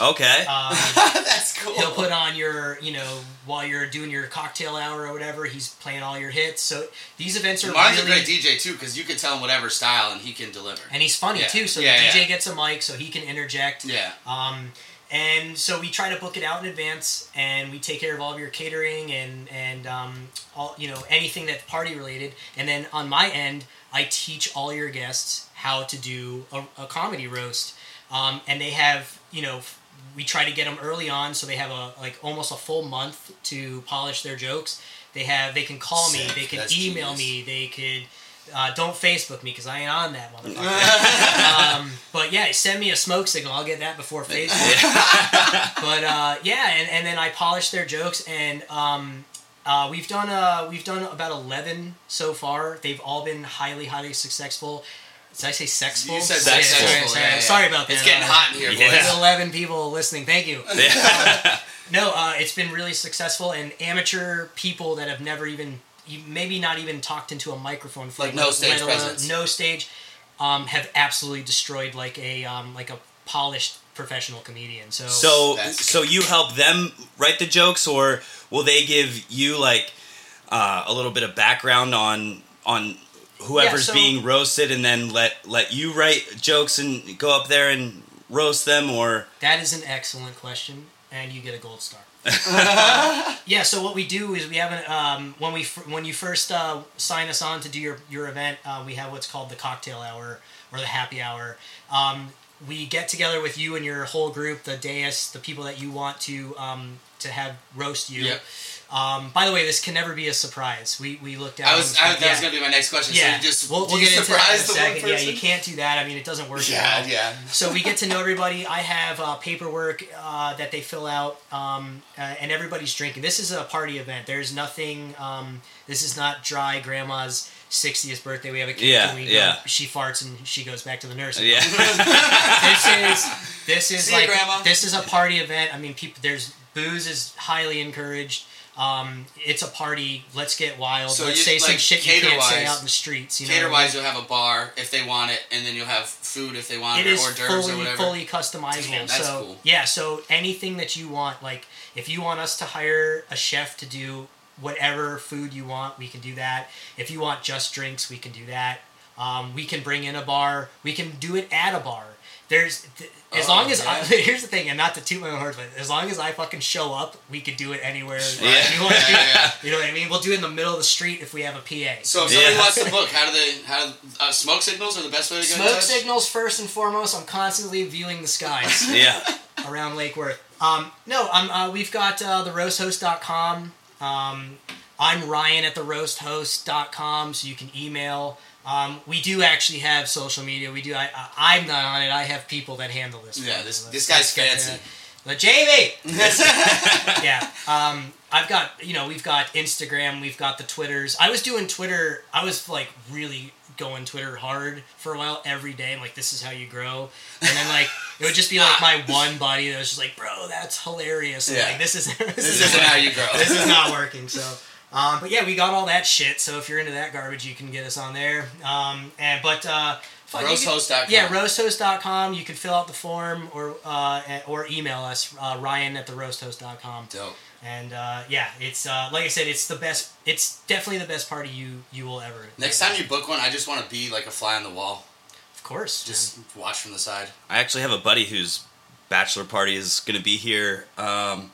Speaker 2: Okay.
Speaker 3: Um,
Speaker 4: That's cool.
Speaker 3: he'll put on your you know while you're doing your cocktail hour or whatever. He's playing all your hits. So these events are
Speaker 4: Mark's
Speaker 3: really
Speaker 4: a great DJ too, because you can tell him whatever style and he can deliver.
Speaker 3: and he's funny
Speaker 4: Yeah.
Speaker 3: too. So
Speaker 4: Yeah,
Speaker 3: the
Speaker 4: yeah.
Speaker 3: DJ gets a mic so he can interject.
Speaker 4: yeah.
Speaker 3: Um, and so we try to book it out in advance, and we take care of all of your catering and and um, all you know anything that's party related. And then on my end, I teach all your guests how to do a, a comedy roast, um, and they have you know. f- We try to get them early on, so they have a like almost a full month to polish their jokes. They have they can call me,
Speaker 4: Sick.
Speaker 3: they can
Speaker 4: That's
Speaker 3: email
Speaker 4: genius.
Speaker 3: me, they could uh, don't Facebook me because I ain't on that motherfucker. um, but yeah, send me a smoke signal. I'll get that before Facebook. but uh, yeah, and, and then I polish their jokes, and um, uh, we've done uh, we've done about eleven so far. They've all been highly highly successful. Did I say sexful?
Speaker 4: You said
Speaker 3: Yeah,
Speaker 2: sexful.
Speaker 3: Sorry, sorry,
Speaker 4: Yeah, yeah.
Speaker 3: sorry about that.
Speaker 4: It's getting
Speaker 3: Uh,
Speaker 4: hot in here,
Speaker 2: Yeah.
Speaker 4: boys.
Speaker 3: There's 11 people listening. Thank you.
Speaker 2: Yeah.
Speaker 3: No, uh, it's been really successful, and amateur people that have never even, you- maybe not even talked into a microphone for
Speaker 4: Like no stage
Speaker 3: let alone-
Speaker 4: presence.
Speaker 3: no stage, um, have absolutely destroyed like a um, like a polished professional comedian. So,
Speaker 2: so
Speaker 4: That's-
Speaker 2: so you help them write the jokes, or will they give you like uh, a little bit of background on on whoever's
Speaker 3: so-
Speaker 2: being roasted, and then let let you write jokes and go up there and roast them, or
Speaker 3: that is an excellent question, and you get a gold star. Yeah. So what we do is we have an um, when we fir- when you first uh, sign us on to do your your event, uh, we have what's called the cocktail hour or the happy hour. Um, we get together with you and your whole group, the dais, the people that you want to um, to have roast you.
Speaker 4: Yep.
Speaker 3: Um, by the way, this can never be a surprise. We we looked at.
Speaker 4: I was. I, that was gonna be my next question.
Speaker 3: yeah.
Speaker 4: So you just
Speaker 3: we'll,
Speaker 4: do
Speaker 3: we'll
Speaker 4: you
Speaker 3: get into that in a
Speaker 4: surprise the one
Speaker 3: second. Yeah,
Speaker 4: person?
Speaker 3: you can't do that. I mean, it doesn't work. at all.
Speaker 4: Yeah, yeah.
Speaker 3: So we get to know everybody. I have uh, paperwork uh, that they fill out, um, uh, and everybody's drinking. This is a party event. There's nothing. Um, this is not dry grandma's 60th birthday. We have a cake
Speaker 2: Yeah,
Speaker 3: and we go-
Speaker 2: yeah.
Speaker 3: she farts and she goes back to the nurse.
Speaker 2: yeah,
Speaker 3: This is this is
Speaker 4: See ya,
Speaker 3: like
Speaker 4: Grandma.
Speaker 3: this is a party event. I mean, people. There's booze is highly encouraged. Um, it's a party. Let's get wild.
Speaker 4: So
Speaker 3: Let's
Speaker 4: you-
Speaker 3: say some
Speaker 4: like,
Speaker 3: shit you can't say
Speaker 4: cater-wise-
Speaker 3: out in the streets. You know. what I
Speaker 4: Cater
Speaker 3: mean?
Speaker 4: wise, you'll have a bar if they want it, and then you'll have food if they want
Speaker 3: it
Speaker 4: it,
Speaker 3: is
Speaker 4: hors d'oeuvres
Speaker 3: fully
Speaker 4: or whatever.
Speaker 3: fully customizable.
Speaker 4: Damn, that's
Speaker 3: so
Speaker 4: cool.
Speaker 3: yeah, so anything that you want, like if you want us to hire a chef to do whatever food you want, we can do that. If you want just drinks, we can do that. Um, we can bring in a bar. We can do it at a bar. There's th- as
Speaker 4: Oh,
Speaker 3: long as I,
Speaker 4: yeah.
Speaker 3: here's the thing, and not to toot my own horn, but as long as I fucking show up, we could do it anywhere.
Speaker 2: Yeah.
Speaker 3: You, want to do
Speaker 4: Yeah, yeah,
Speaker 3: you know what I mean? We'll do it in the middle of the street if we have a PA.
Speaker 4: So if somebody
Speaker 2: Yeah.
Speaker 4: wants to book, how do they? How do, uh, smoke signals are the best way to get in
Speaker 3: Smoke
Speaker 4: touch?
Speaker 3: signals first and foremost. I'm constantly viewing the skies.
Speaker 2: yeah.
Speaker 3: around Lake Worth. Um, no, um, uh, we've got uh, theroasthost.com. Um, I'm Ryan at theroasthost.com, so you can email. Um, we do actually have social media. We do. I, I, I'm not on it. I have people that handle this.
Speaker 4: Yeah,
Speaker 3: for me.
Speaker 4: this
Speaker 3: Let's-
Speaker 4: this guy's
Speaker 3: let's get
Speaker 4: fancy.
Speaker 3: that. But Jamie, yeah. Um, I've got you know we've got Instagram, we've got the Twitters. I was doing Twitter. I was like really going Twitter hard for a while every day. I'm like, this is how you grow. And then like it would just be like my one buddy that was just like, bro, that's hilarious. And,
Speaker 4: Yeah.
Speaker 3: Like this is this,
Speaker 4: This
Speaker 3: is,
Speaker 4: isn't how you grow.
Speaker 3: this is not working. So. Um, but yeah, we got all that shit. So if you're into that garbage, you can get us on there. Um, and but uh, fuck, you can-
Speaker 4: Roasthost.com.
Speaker 3: yeah, roasthost.com. You can fill out the form or uh, or email us, uh, Ryan at the roasthost.com.
Speaker 4: Dope.
Speaker 3: And uh, yeah, it's uh, like I said, it's the best. It's definitely the best party you you will ever.
Speaker 4: Next time you book one, I just want to be like a fly on the wall,
Speaker 3: of course,
Speaker 4: just watch from the side.
Speaker 2: I actually have a buddy whose bachelor party is going to be here um,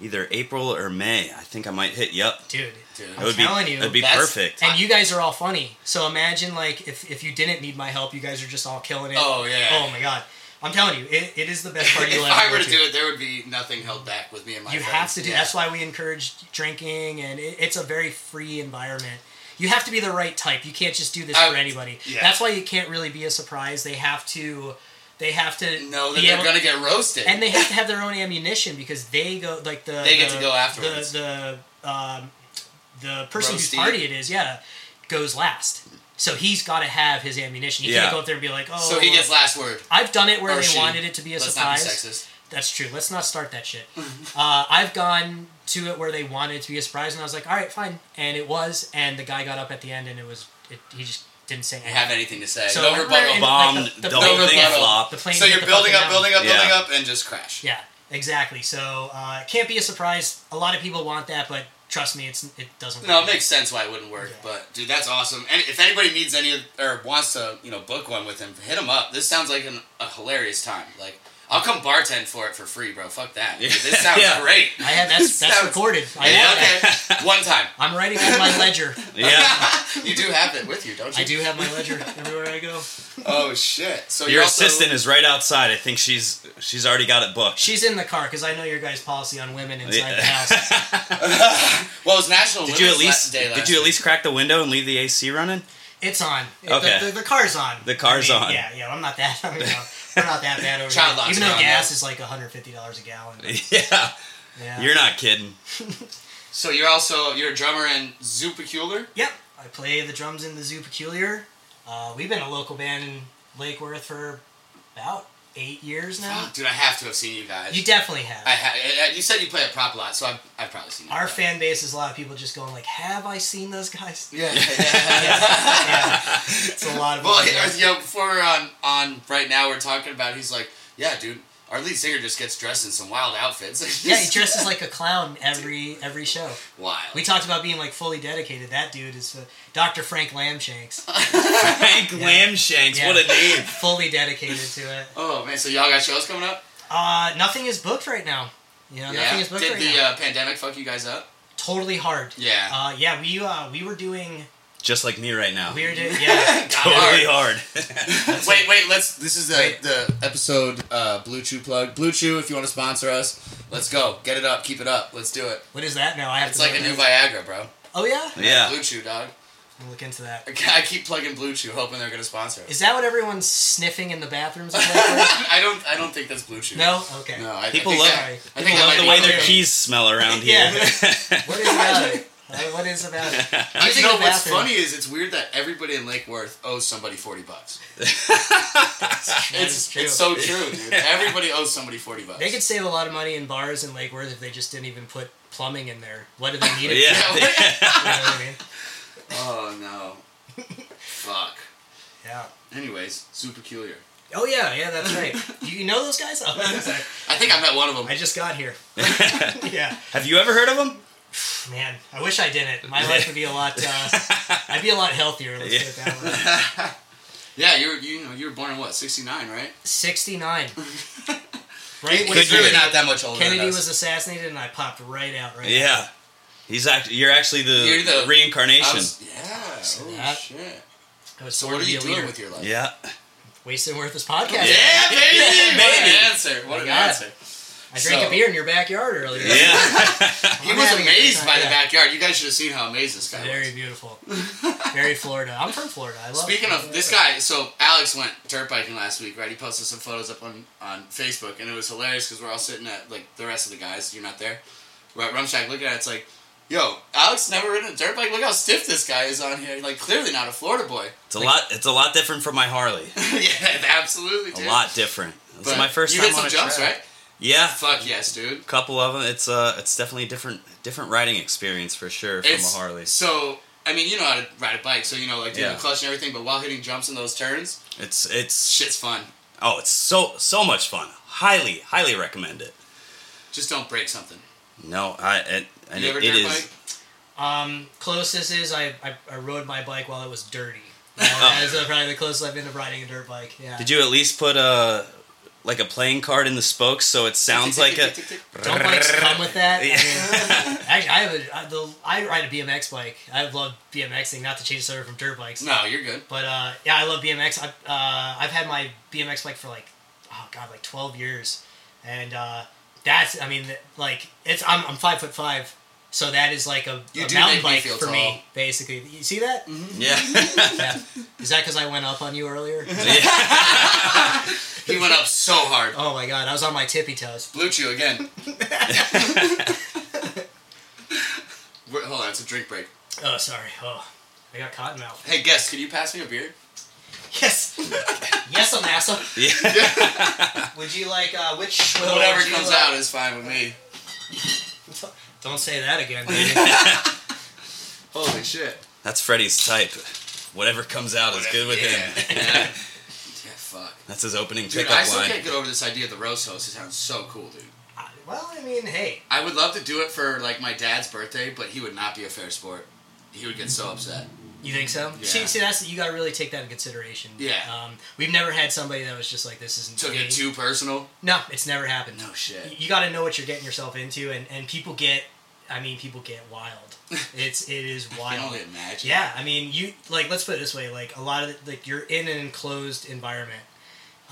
Speaker 2: either April or May. I think I might hit you up.
Speaker 3: dude.
Speaker 4: Dude.
Speaker 3: I'm
Speaker 2: It would be,
Speaker 3: telling you,
Speaker 2: it'd be
Speaker 4: that's-
Speaker 2: perfect.
Speaker 3: and you guys are all funny. So imagine like if if you didn't need my help, you guys are just all killing it.
Speaker 4: Oh, yeah.
Speaker 3: Oh my god, I'm telling you, it, it is the best party
Speaker 4: if
Speaker 3: you'll ever.
Speaker 4: I were
Speaker 3: go
Speaker 4: to do it, there would be nothing held back with me and my
Speaker 3: you
Speaker 4: friends.
Speaker 3: have to do.
Speaker 4: Yeah.
Speaker 3: That's why we encourage drinking, and it, it's a very free environment. You have to be the right type. You can't just do this
Speaker 4: I-
Speaker 3: for anybody.
Speaker 4: yeah.
Speaker 3: That's why you can't really be a surprise. They have to. They have to
Speaker 4: No, then
Speaker 3: be
Speaker 4: they're
Speaker 3: able-
Speaker 4: gonna get roasted.
Speaker 3: and they have to have their own ammunition because they go like the
Speaker 4: They get
Speaker 3: the-
Speaker 4: to go afterwards.
Speaker 3: The the um, the person whose
Speaker 4: Roasty.
Speaker 3: party it is, yeah, goes last. So he's got to have his ammunition. He
Speaker 2: Yeah.
Speaker 3: can't go up there and be like, oh.
Speaker 4: so he gets last word.
Speaker 3: I've done it where
Speaker 4: Or
Speaker 3: they
Speaker 4: she.
Speaker 3: wanted it to be a
Speaker 4: Let's not
Speaker 3: surprise.
Speaker 4: be sexist.
Speaker 3: That's true. Let's not start that shit. uh, I've gone to it where they wanted it to be a surprise, and I was like, all right, fine, and it was. And the guy got up at the end, and it was it, he just didn't say
Speaker 4: I
Speaker 3: anything.
Speaker 4: have anything to say.
Speaker 3: So
Speaker 4: no
Speaker 3: remember
Speaker 4: rebuttal.
Speaker 3: in,
Speaker 2: Bombed
Speaker 3: like,
Speaker 2: the,
Speaker 3: the
Speaker 2: whole
Speaker 4: plane-
Speaker 2: thing
Speaker 4: rebuttal.
Speaker 2: flopped.
Speaker 3: The plane
Speaker 4: so
Speaker 3: hit
Speaker 4: you're
Speaker 3: the
Speaker 4: building
Speaker 3: fucking
Speaker 4: up,
Speaker 3: mountain.
Speaker 4: building up, building
Speaker 2: Yeah.
Speaker 4: up, and just crash.
Speaker 3: Yeah, exactly. So uh, it can't be a surprise. A lot of people want that, but trust me, it's it doesn't.
Speaker 4: No, it
Speaker 3: work.
Speaker 4: makes sense why it wouldn't work,
Speaker 3: Yeah.
Speaker 4: but dude, that's awesome. And if anybody needs any of- or wants to, you know, book one with him, hit him up. This sounds like an, a hilarious time. Like, I'll come bartend for it for free, bro. Fuck that. Dude, this sounds
Speaker 2: Yeah.
Speaker 4: great.
Speaker 3: I have that's
Speaker 4: This
Speaker 3: that's
Speaker 4: sounds-
Speaker 3: recorded. I
Speaker 4: Yeah,
Speaker 3: have that.
Speaker 4: okay. One time.
Speaker 3: I'm writing on my ledger.
Speaker 2: Yeah.
Speaker 4: you do have it with you, don't you?
Speaker 3: I do have my ledger everywhere I go.
Speaker 4: Oh shit! So
Speaker 2: Your
Speaker 4: you're also-
Speaker 2: assistant is right outside. I think she's she's already got it booked.
Speaker 3: She's in the car because I know your guys' policy on women inside
Speaker 2: Yeah.
Speaker 3: the house.
Speaker 4: Well, it's National
Speaker 2: Did you
Speaker 4: Women's
Speaker 2: at least
Speaker 4: La- Day last
Speaker 2: did you at
Speaker 4: week.
Speaker 2: least crack the window and leave the AC running?
Speaker 3: It's on. It-
Speaker 2: Okay.
Speaker 3: The, the, the car's on.
Speaker 2: The car's
Speaker 3: I mean,
Speaker 2: on.
Speaker 3: Yeah, yeah. I'm not that. I mean, no, we're not that bad over
Speaker 4: Child
Speaker 3: here.
Speaker 4: locks
Speaker 3: Even though
Speaker 4: around,
Speaker 3: gas
Speaker 4: though.
Speaker 3: is like 150 dollars a gallon.
Speaker 2: yeah.
Speaker 3: Yeah.
Speaker 2: You're not kidding.
Speaker 4: So you're also you're a drummer in Zoo Peculiar.
Speaker 3: Yep. I play the drums in the Zoo Peculiar. Uh, we've been a local band in Lake Worth for about eight years now.
Speaker 4: Fuck, dude, I have to have seen you guys.
Speaker 3: You definitely have.
Speaker 4: I ha- You said you play a prop a lot, so I've, I've probably seen you.
Speaker 3: Our
Speaker 4: play.
Speaker 3: fan base is a lot of people just going like, "Have I seen those guys?"
Speaker 4: Yeah.
Speaker 3: yeah, it's a lot of.
Speaker 4: Well, yeah, you know, before we're on, on right now, we're talking about, he's like, yeah, dude, our lead singer just gets dressed in some wild outfits.
Speaker 3: yeah, he dresses like a clown every every show.
Speaker 4: Wild.
Speaker 3: We talked about being like fully dedicated. That dude is uh, Dr. Frank Lamshanks,
Speaker 2: Frank Lamshanks,
Speaker 3: Yeah.
Speaker 2: what a name.
Speaker 3: fully dedicated to it.
Speaker 4: oh, man, so y'all got shows coming up?
Speaker 3: Uh, nothing is booked right now. You know, nothing is booked
Speaker 4: Did
Speaker 3: right
Speaker 4: the
Speaker 3: now.
Speaker 4: Uh, pandemic fuck you guys up?
Speaker 3: totally hard.
Speaker 4: Yeah.
Speaker 3: Uh, yeah, we uh, we were doing
Speaker 2: Just like me right now.
Speaker 3: we were doing yeah.
Speaker 4: Got
Speaker 2: Totally
Speaker 4: hard.
Speaker 2: hard.
Speaker 4: Wait, wait. Let's. This is the,
Speaker 3: Wait.
Speaker 4: the episode uh, Blue Chew plug. Blue Chew, if you want to sponsor us, let's go. Get it up. Keep it up. Let's do it.
Speaker 3: What is that now? I have
Speaker 4: It's
Speaker 3: to
Speaker 4: like
Speaker 3: look
Speaker 4: a new
Speaker 3: at-
Speaker 4: Viagra, bro.
Speaker 3: Oh yeah,
Speaker 2: yeah.
Speaker 4: Blue Chew, dog.
Speaker 3: I'll look into that.
Speaker 4: I keep plugging Blue Chew, hoping they're gonna sponsor us.
Speaker 3: Is that what everyone's sniffing in the bathrooms? of Lakewood?
Speaker 4: I don't. I don't think that's Blue Chew.
Speaker 3: no. Okay.
Speaker 4: No. I,
Speaker 2: People
Speaker 4: I think
Speaker 2: love-
Speaker 4: That, I think
Speaker 2: People
Speaker 4: that
Speaker 2: love
Speaker 4: might
Speaker 2: the
Speaker 4: be
Speaker 2: way
Speaker 4: Blue
Speaker 2: their
Speaker 4: Chew.
Speaker 2: keys smell around here.
Speaker 3: What is about it? Uh, what is about it?
Speaker 4: You
Speaker 3: Using
Speaker 4: know
Speaker 3: the
Speaker 4: what's
Speaker 3: bathroom.
Speaker 4: funny is it's weird that everybody in Lake Worth owes somebody forty bucks.
Speaker 3: That is
Speaker 4: It's
Speaker 3: true.
Speaker 4: it's so true, dude. Everybody owes somebody forty bucks.
Speaker 3: They could save a lot of money in bars in Lake Worth if they just didn't even put plumbing in there. What do they need it
Speaker 2: yeah.
Speaker 4: Yeah,
Speaker 3: for? You know what I mean?
Speaker 4: oh no. Fuck.
Speaker 3: Yeah.
Speaker 4: Anyways, super peculiar.
Speaker 3: Oh yeah, yeah, that's right. you you know those guys? Oh, I'm sorry.
Speaker 4: I think I met one of them.
Speaker 3: I just got here. yeah,
Speaker 2: Have you ever heard of them?
Speaker 3: man. I wish I didn't. My life would be a lot. Uh, I'd be a lot healthier. Let's put it that way.
Speaker 4: Yeah, you were you know you were born in what sixty nine, right?
Speaker 3: Sixty-nine. Right when
Speaker 2: Good
Speaker 4: He's
Speaker 2: year.
Speaker 3: Kennedy,
Speaker 4: really not that much older.
Speaker 3: Kennedy
Speaker 4: than us.
Speaker 3: was assassinated, and I popped right out. Right.
Speaker 2: Yeah. He's actually you're actually the,
Speaker 4: You're the- I
Speaker 2: reincarnation.
Speaker 4: was- yeah. Oh
Speaker 3: that.
Speaker 4: shit.
Speaker 3: I was
Speaker 4: So
Speaker 3: born
Speaker 4: what are
Speaker 3: to be
Speaker 4: you
Speaker 3: a
Speaker 4: doing
Speaker 3: leader.
Speaker 4: with your life?
Speaker 2: yeah.
Speaker 3: Wasting Worthless podcast.
Speaker 4: Yeah, baby,
Speaker 2: Yeah,
Speaker 4: What
Speaker 2: baby.
Speaker 4: an answer. What an
Speaker 3: Yeah.
Speaker 4: answer.
Speaker 3: I drank
Speaker 4: So-
Speaker 3: a beer in your backyard earlier.
Speaker 2: Yeah.
Speaker 4: He
Speaker 3: I'm
Speaker 4: was
Speaker 3: having a good
Speaker 4: amazed
Speaker 3: time,
Speaker 4: by the
Speaker 3: yeah.
Speaker 4: backyard. You guys should have seen how amazed this guy
Speaker 3: Very
Speaker 4: was.
Speaker 3: beautiful. Very Florida. I'm from Florida. I love
Speaker 4: Speaking of this guy, so Alex went dirt biking last week, right? He posted some photos up on, on Facebook, and it was hilarious because we're all sitting at like the rest of the guys. You're not there. We're at Rumshack looking at it, it's like, yo, Alex never ridden a dirt bike. Look how stiff this guy is on here. Like clearly not a Florida boy.
Speaker 2: It's a lot it's a lot different from my Harley.
Speaker 4: yeah, absolutely.
Speaker 2: A
Speaker 4: Dude.
Speaker 2: lot different. It's
Speaker 4: But
Speaker 2: my first
Speaker 4: you
Speaker 2: time
Speaker 4: hit
Speaker 2: on
Speaker 4: some
Speaker 2: a
Speaker 4: jumps,
Speaker 2: track.
Speaker 4: right?
Speaker 2: Yeah.
Speaker 4: Fuck yes, dude.
Speaker 2: couple of them. It's uh, it's definitely a different different riding experience for sure from
Speaker 4: It's-
Speaker 2: a Harley.
Speaker 4: So I mean, you know how to ride a bike, so you know like doing
Speaker 2: Yeah.
Speaker 4: the clutch and everything. But while hitting jumps in those turns,
Speaker 2: It's it's
Speaker 4: shit's fun.
Speaker 2: oh, it's so so much fun. Highly highly recommend it.
Speaker 4: Just don't break something.
Speaker 2: No, I it, and it,
Speaker 4: You ever
Speaker 2: it
Speaker 4: dirt
Speaker 2: is
Speaker 4: bike?
Speaker 3: Um, closest is I, I, I rode my bike while it was dirty. That is probably the closest I've been to riding a dirt bike. Yeah.
Speaker 2: Did you at least put a like a playing card in the spokes so it sounds like a
Speaker 3: Don't bikes come with that? I mean, actually, I have a, I, the, I ride a BMX bike. I love BMXing, not to change this over from dirt bikes.
Speaker 4: No, you're good.
Speaker 3: But uh, yeah, I love BMX. I, uh, I've had my BMX bike for like, oh god, like twelve years, and uh, that's I mean th- like it's I'm, I'm five foot five, so that is like a,
Speaker 4: You
Speaker 3: a
Speaker 4: do
Speaker 3: mountain
Speaker 4: make me
Speaker 3: bike
Speaker 4: feel
Speaker 3: for
Speaker 4: tall. Mm-hmm.
Speaker 3: me basically. You see that?
Speaker 2: yeah.
Speaker 3: Yeah. Is that because I went up on you earlier?
Speaker 4: Mm-hmm. He went up so hard.
Speaker 3: oh my god, I was on my tippy toes.
Speaker 4: Blue Chew again. We're, hold on, it's a drink break.
Speaker 3: Oh sorry. Oh, I got cotton mouth.
Speaker 4: Hey, guest, could you pass me a beer?
Speaker 3: Yes. yes, Amasa.
Speaker 2: yeah.
Speaker 3: Would you like uh, which schwill
Speaker 4: Whatever
Speaker 3: would you
Speaker 4: comes
Speaker 3: like?
Speaker 4: out is fine with me.
Speaker 3: Don't say that again. baby.
Speaker 4: Holy shit.
Speaker 2: That's Freddy's type. Whatever comes out is good with him.
Speaker 4: Yeah. yeah. Yeah, fuck.
Speaker 2: That's his opening
Speaker 4: Dude, I
Speaker 2: pickup
Speaker 4: still
Speaker 2: line.
Speaker 4: can't get over this idea of the roast host. It sounds so cool, dude.
Speaker 3: I- well, I mean, hey,
Speaker 4: I would love to do it for like my dad's birthday, but he would not be a fair sport. He would get so upset.
Speaker 3: You think so?
Speaker 4: Yeah.
Speaker 3: See, see, that's you got to really take that in consideration.
Speaker 4: Yeah.
Speaker 3: Um, we've never had somebody that was just like, "This isn't."
Speaker 4: Took
Speaker 3: me."
Speaker 4: it too personal.
Speaker 3: No, it's never happened.
Speaker 4: No
Speaker 3: You-
Speaker 4: shit.
Speaker 3: You got to know what you're getting yourself into, and and people get, I mean, people get wild. It's it is
Speaker 4: I can
Speaker 3: wild.
Speaker 4: only imagine.
Speaker 3: yeah, I mean, you like let's put it this way: like a lot of the, like you're in an enclosed environment.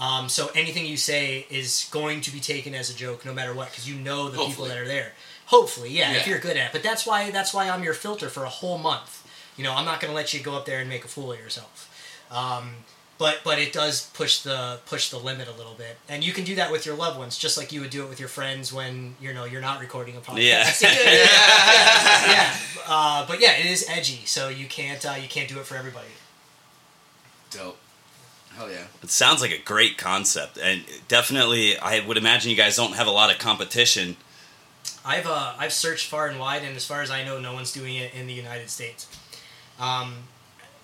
Speaker 3: Um, so anything you say is going to be taken as a joke, no matter what, because you know the people
Speaker 4: Hopefully.
Speaker 3: that are there. Hopefully, yeah, if
Speaker 4: Yeah.
Speaker 3: you're good at. it. But that's why that's why I'm your filter for a whole month. You know, I'm not going to let you go up there and make a fool of yourself. Um, but but it does push the push the limit a little bit, and you can do that with your loved ones, just like you would do it with your friends when you know you're not recording a podcast.
Speaker 2: Yeah.
Speaker 3: yeah. Uh, but yeah, it is edgy, so you can't uh, you can't do it for everybody.
Speaker 4: Dope. Hell yeah.
Speaker 2: It sounds like a great concept, and definitely, I would imagine you guys don't have a lot of competition.
Speaker 3: I've uh, I've searched far and wide, and as far as I know, no one's doing it in the United States. Um,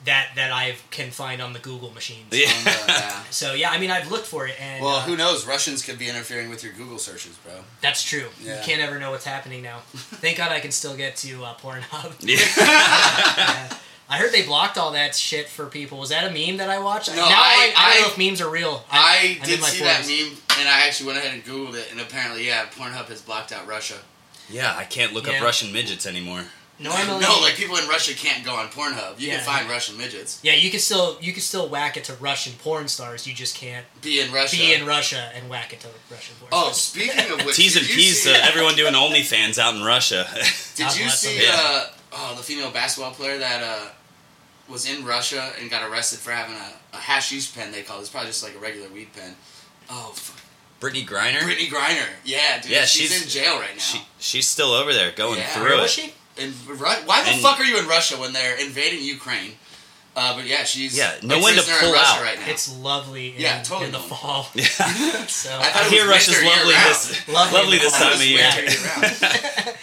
Speaker 3: that that I can find on the Google machines.
Speaker 2: Yeah.
Speaker 4: Um, uh, yeah.
Speaker 3: So yeah, I mean, I've looked for it, and
Speaker 4: Well,
Speaker 3: uh,
Speaker 4: who knows? Russians could be interfering with your Google searches, bro.
Speaker 3: that's true.
Speaker 4: Yeah.
Speaker 3: You can't ever know what's happening now. Thank God I can still get to uh, Pornhub.
Speaker 2: Yeah.
Speaker 3: Yeah. I heard they blocked all that shit for people. Was that a meme that I watched?
Speaker 4: No,
Speaker 3: now
Speaker 4: I-
Speaker 3: I, I, don't
Speaker 4: I-
Speaker 3: know if memes are real.
Speaker 4: I
Speaker 3: I'm in
Speaker 4: did
Speaker 3: my
Speaker 4: see that
Speaker 3: 40s.
Speaker 4: meme, and I actually went ahead and Googled it, and apparently, yeah, Pornhub has blocked out Russia.
Speaker 2: yeah, I can't look up
Speaker 3: Yeah.
Speaker 2: Russian midgets anymore.
Speaker 3: Normally,
Speaker 4: no, like people in Russia can't go on Pornhub. You
Speaker 3: Yeah.
Speaker 4: can find Russian midgets.
Speaker 3: yeah, you can still you can still whack it to Russian porn stars. You just can't
Speaker 4: Be in Russia.
Speaker 3: be in Russia and whack it to Russian porn.
Speaker 4: Oh,
Speaker 3: stars.
Speaker 4: speaking of which,
Speaker 2: T's
Speaker 4: did
Speaker 2: and
Speaker 4: you
Speaker 2: P's
Speaker 4: see,
Speaker 2: to everyone doing OnlyFans out in Russia.
Speaker 4: Did
Speaker 3: God
Speaker 4: you
Speaker 3: bless
Speaker 4: see?
Speaker 2: them.
Speaker 4: Uh, oh, the female basketball player that uh, was in Russia and got arrested for having a, a hashish pen. They call it. it's probably just like a regular weed pen. Oh, fuck.
Speaker 2: Brittany Griner.
Speaker 4: Brittany Griner. Yeah, dude.
Speaker 2: Yeah,
Speaker 4: she's,
Speaker 2: she's-
Speaker 4: in jail right now.
Speaker 2: She, she's still over there going
Speaker 4: Yeah.
Speaker 2: through
Speaker 3: where
Speaker 2: it.
Speaker 3: was she?
Speaker 4: in Ru- why the
Speaker 2: And-
Speaker 4: fuck are you in Russia when they're invading Ukraine? Uh, but yeah, she's
Speaker 2: Yeah,
Speaker 4: a
Speaker 2: no one to
Speaker 4: prisoner in
Speaker 2: pull
Speaker 4: Russia
Speaker 2: out.
Speaker 4: right now.
Speaker 3: It's lovely. In,
Speaker 4: Yeah, totally.
Speaker 3: in the fall.
Speaker 2: Yeah.
Speaker 3: So
Speaker 4: I thought
Speaker 2: I
Speaker 4: it
Speaker 2: hear
Speaker 4: was
Speaker 2: Russia's
Speaker 4: winter year
Speaker 2: lovely
Speaker 4: round.
Speaker 2: this
Speaker 3: Lovely
Speaker 2: lovely
Speaker 3: in the
Speaker 2: this
Speaker 3: fall.
Speaker 2: time of year.
Speaker 4: Winter year round.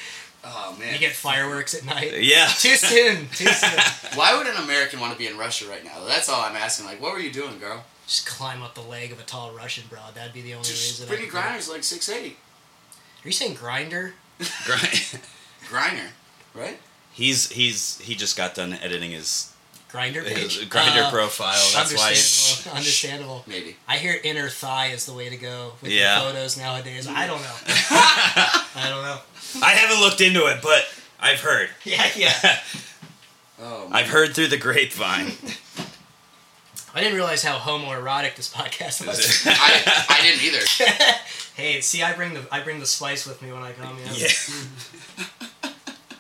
Speaker 4: oh man,
Speaker 3: you get fireworks at night.
Speaker 2: Yeah.
Speaker 3: Too soon. Too soon.
Speaker 4: why would an American want to be in Russia right now? That's all I'm asking. Like, what were you doing, girl?
Speaker 3: Just climb up the leg of a tall Russian broad. That'd be the only reason.
Speaker 4: Just
Speaker 3: I
Speaker 4: Brittany
Speaker 3: could do it.
Speaker 4: Griner's like six eight.
Speaker 3: Are you saying grinder?
Speaker 2: Grin-
Speaker 4: Griner, right?
Speaker 2: he's he's he just got done editing his,
Speaker 3: Grinder
Speaker 2: his
Speaker 3: page.
Speaker 2: grinder
Speaker 3: Uh,
Speaker 2: profile. That's why.
Speaker 3: understandable. understandable.
Speaker 4: Maybe.
Speaker 3: I hear inner thigh is the way to go with the
Speaker 2: Yeah.
Speaker 3: photos nowadays. I don't know. I don't know.
Speaker 2: I haven't looked into it, but I've heard.
Speaker 3: Yeah, yeah.
Speaker 4: Oh, man.
Speaker 2: I've heard through the grapevine.
Speaker 3: I didn't realize how homoerotic this podcast was.
Speaker 4: I, I didn't either.
Speaker 3: hey, see, I bring the I bring the spice with me when I come. You know?
Speaker 2: yeah.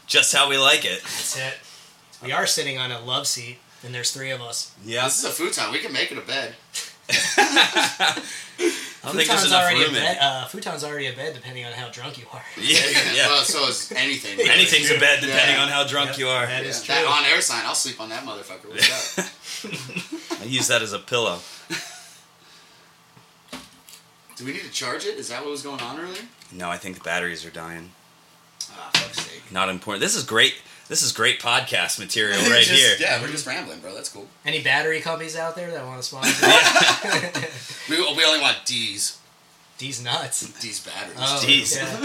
Speaker 2: Just how we like it.
Speaker 3: That's it. We are sitting on a love seat, and there's three of us.
Speaker 2: Yeah.
Speaker 4: This is a futon. We can make it a bed.
Speaker 2: I don't think there's
Speaker 3: Futon's
Speaker 2: enough
Speaker 3: already
Speaker 2: room in
Speaker 3: a bed.
Speaker 2: it.
Speaker 3: Uh, futon's already a bed, depending on how drunk you are.
Speaker 2: Yeah, yeah.
Speaker 4: Well, so is anything. really.
Speaker 2: Anything's a bed depending
Speaker 4: Yeah.
Speaker 2: on how drunk
Speaker 3: Yep,
Speaker 2: you are.
Speaker 3: That
Speaker 4: Yeah,
Speaker 3: is true.
Speaker 4: that on air sign. I'll sleep on that motherfucker. What's up?
Speaker 2: I use that as a pillow.
Speaker 4: Do we need to charge it? Is that what was going on earlier?
Speaker 2: No, I think the batteries are dying.
Speaker 4: Ah, fuck's sake.
Speaker 2: Not important. This is great. This is great podcast material right
Speaker 4: Just-
Speaker 2: here.
Speaker 4: Yeah, we're just rambling, bro. That's cool.
Speaker 3: Any battery companies out there that want to sponsor?
Speaker 4: We, we only want D's.
Speaker 3: These nuts.
Speaker 4: D's batteries.
Speaker 3: Oh,
Speaker 2: Jeez.
Speaker 3: yeah.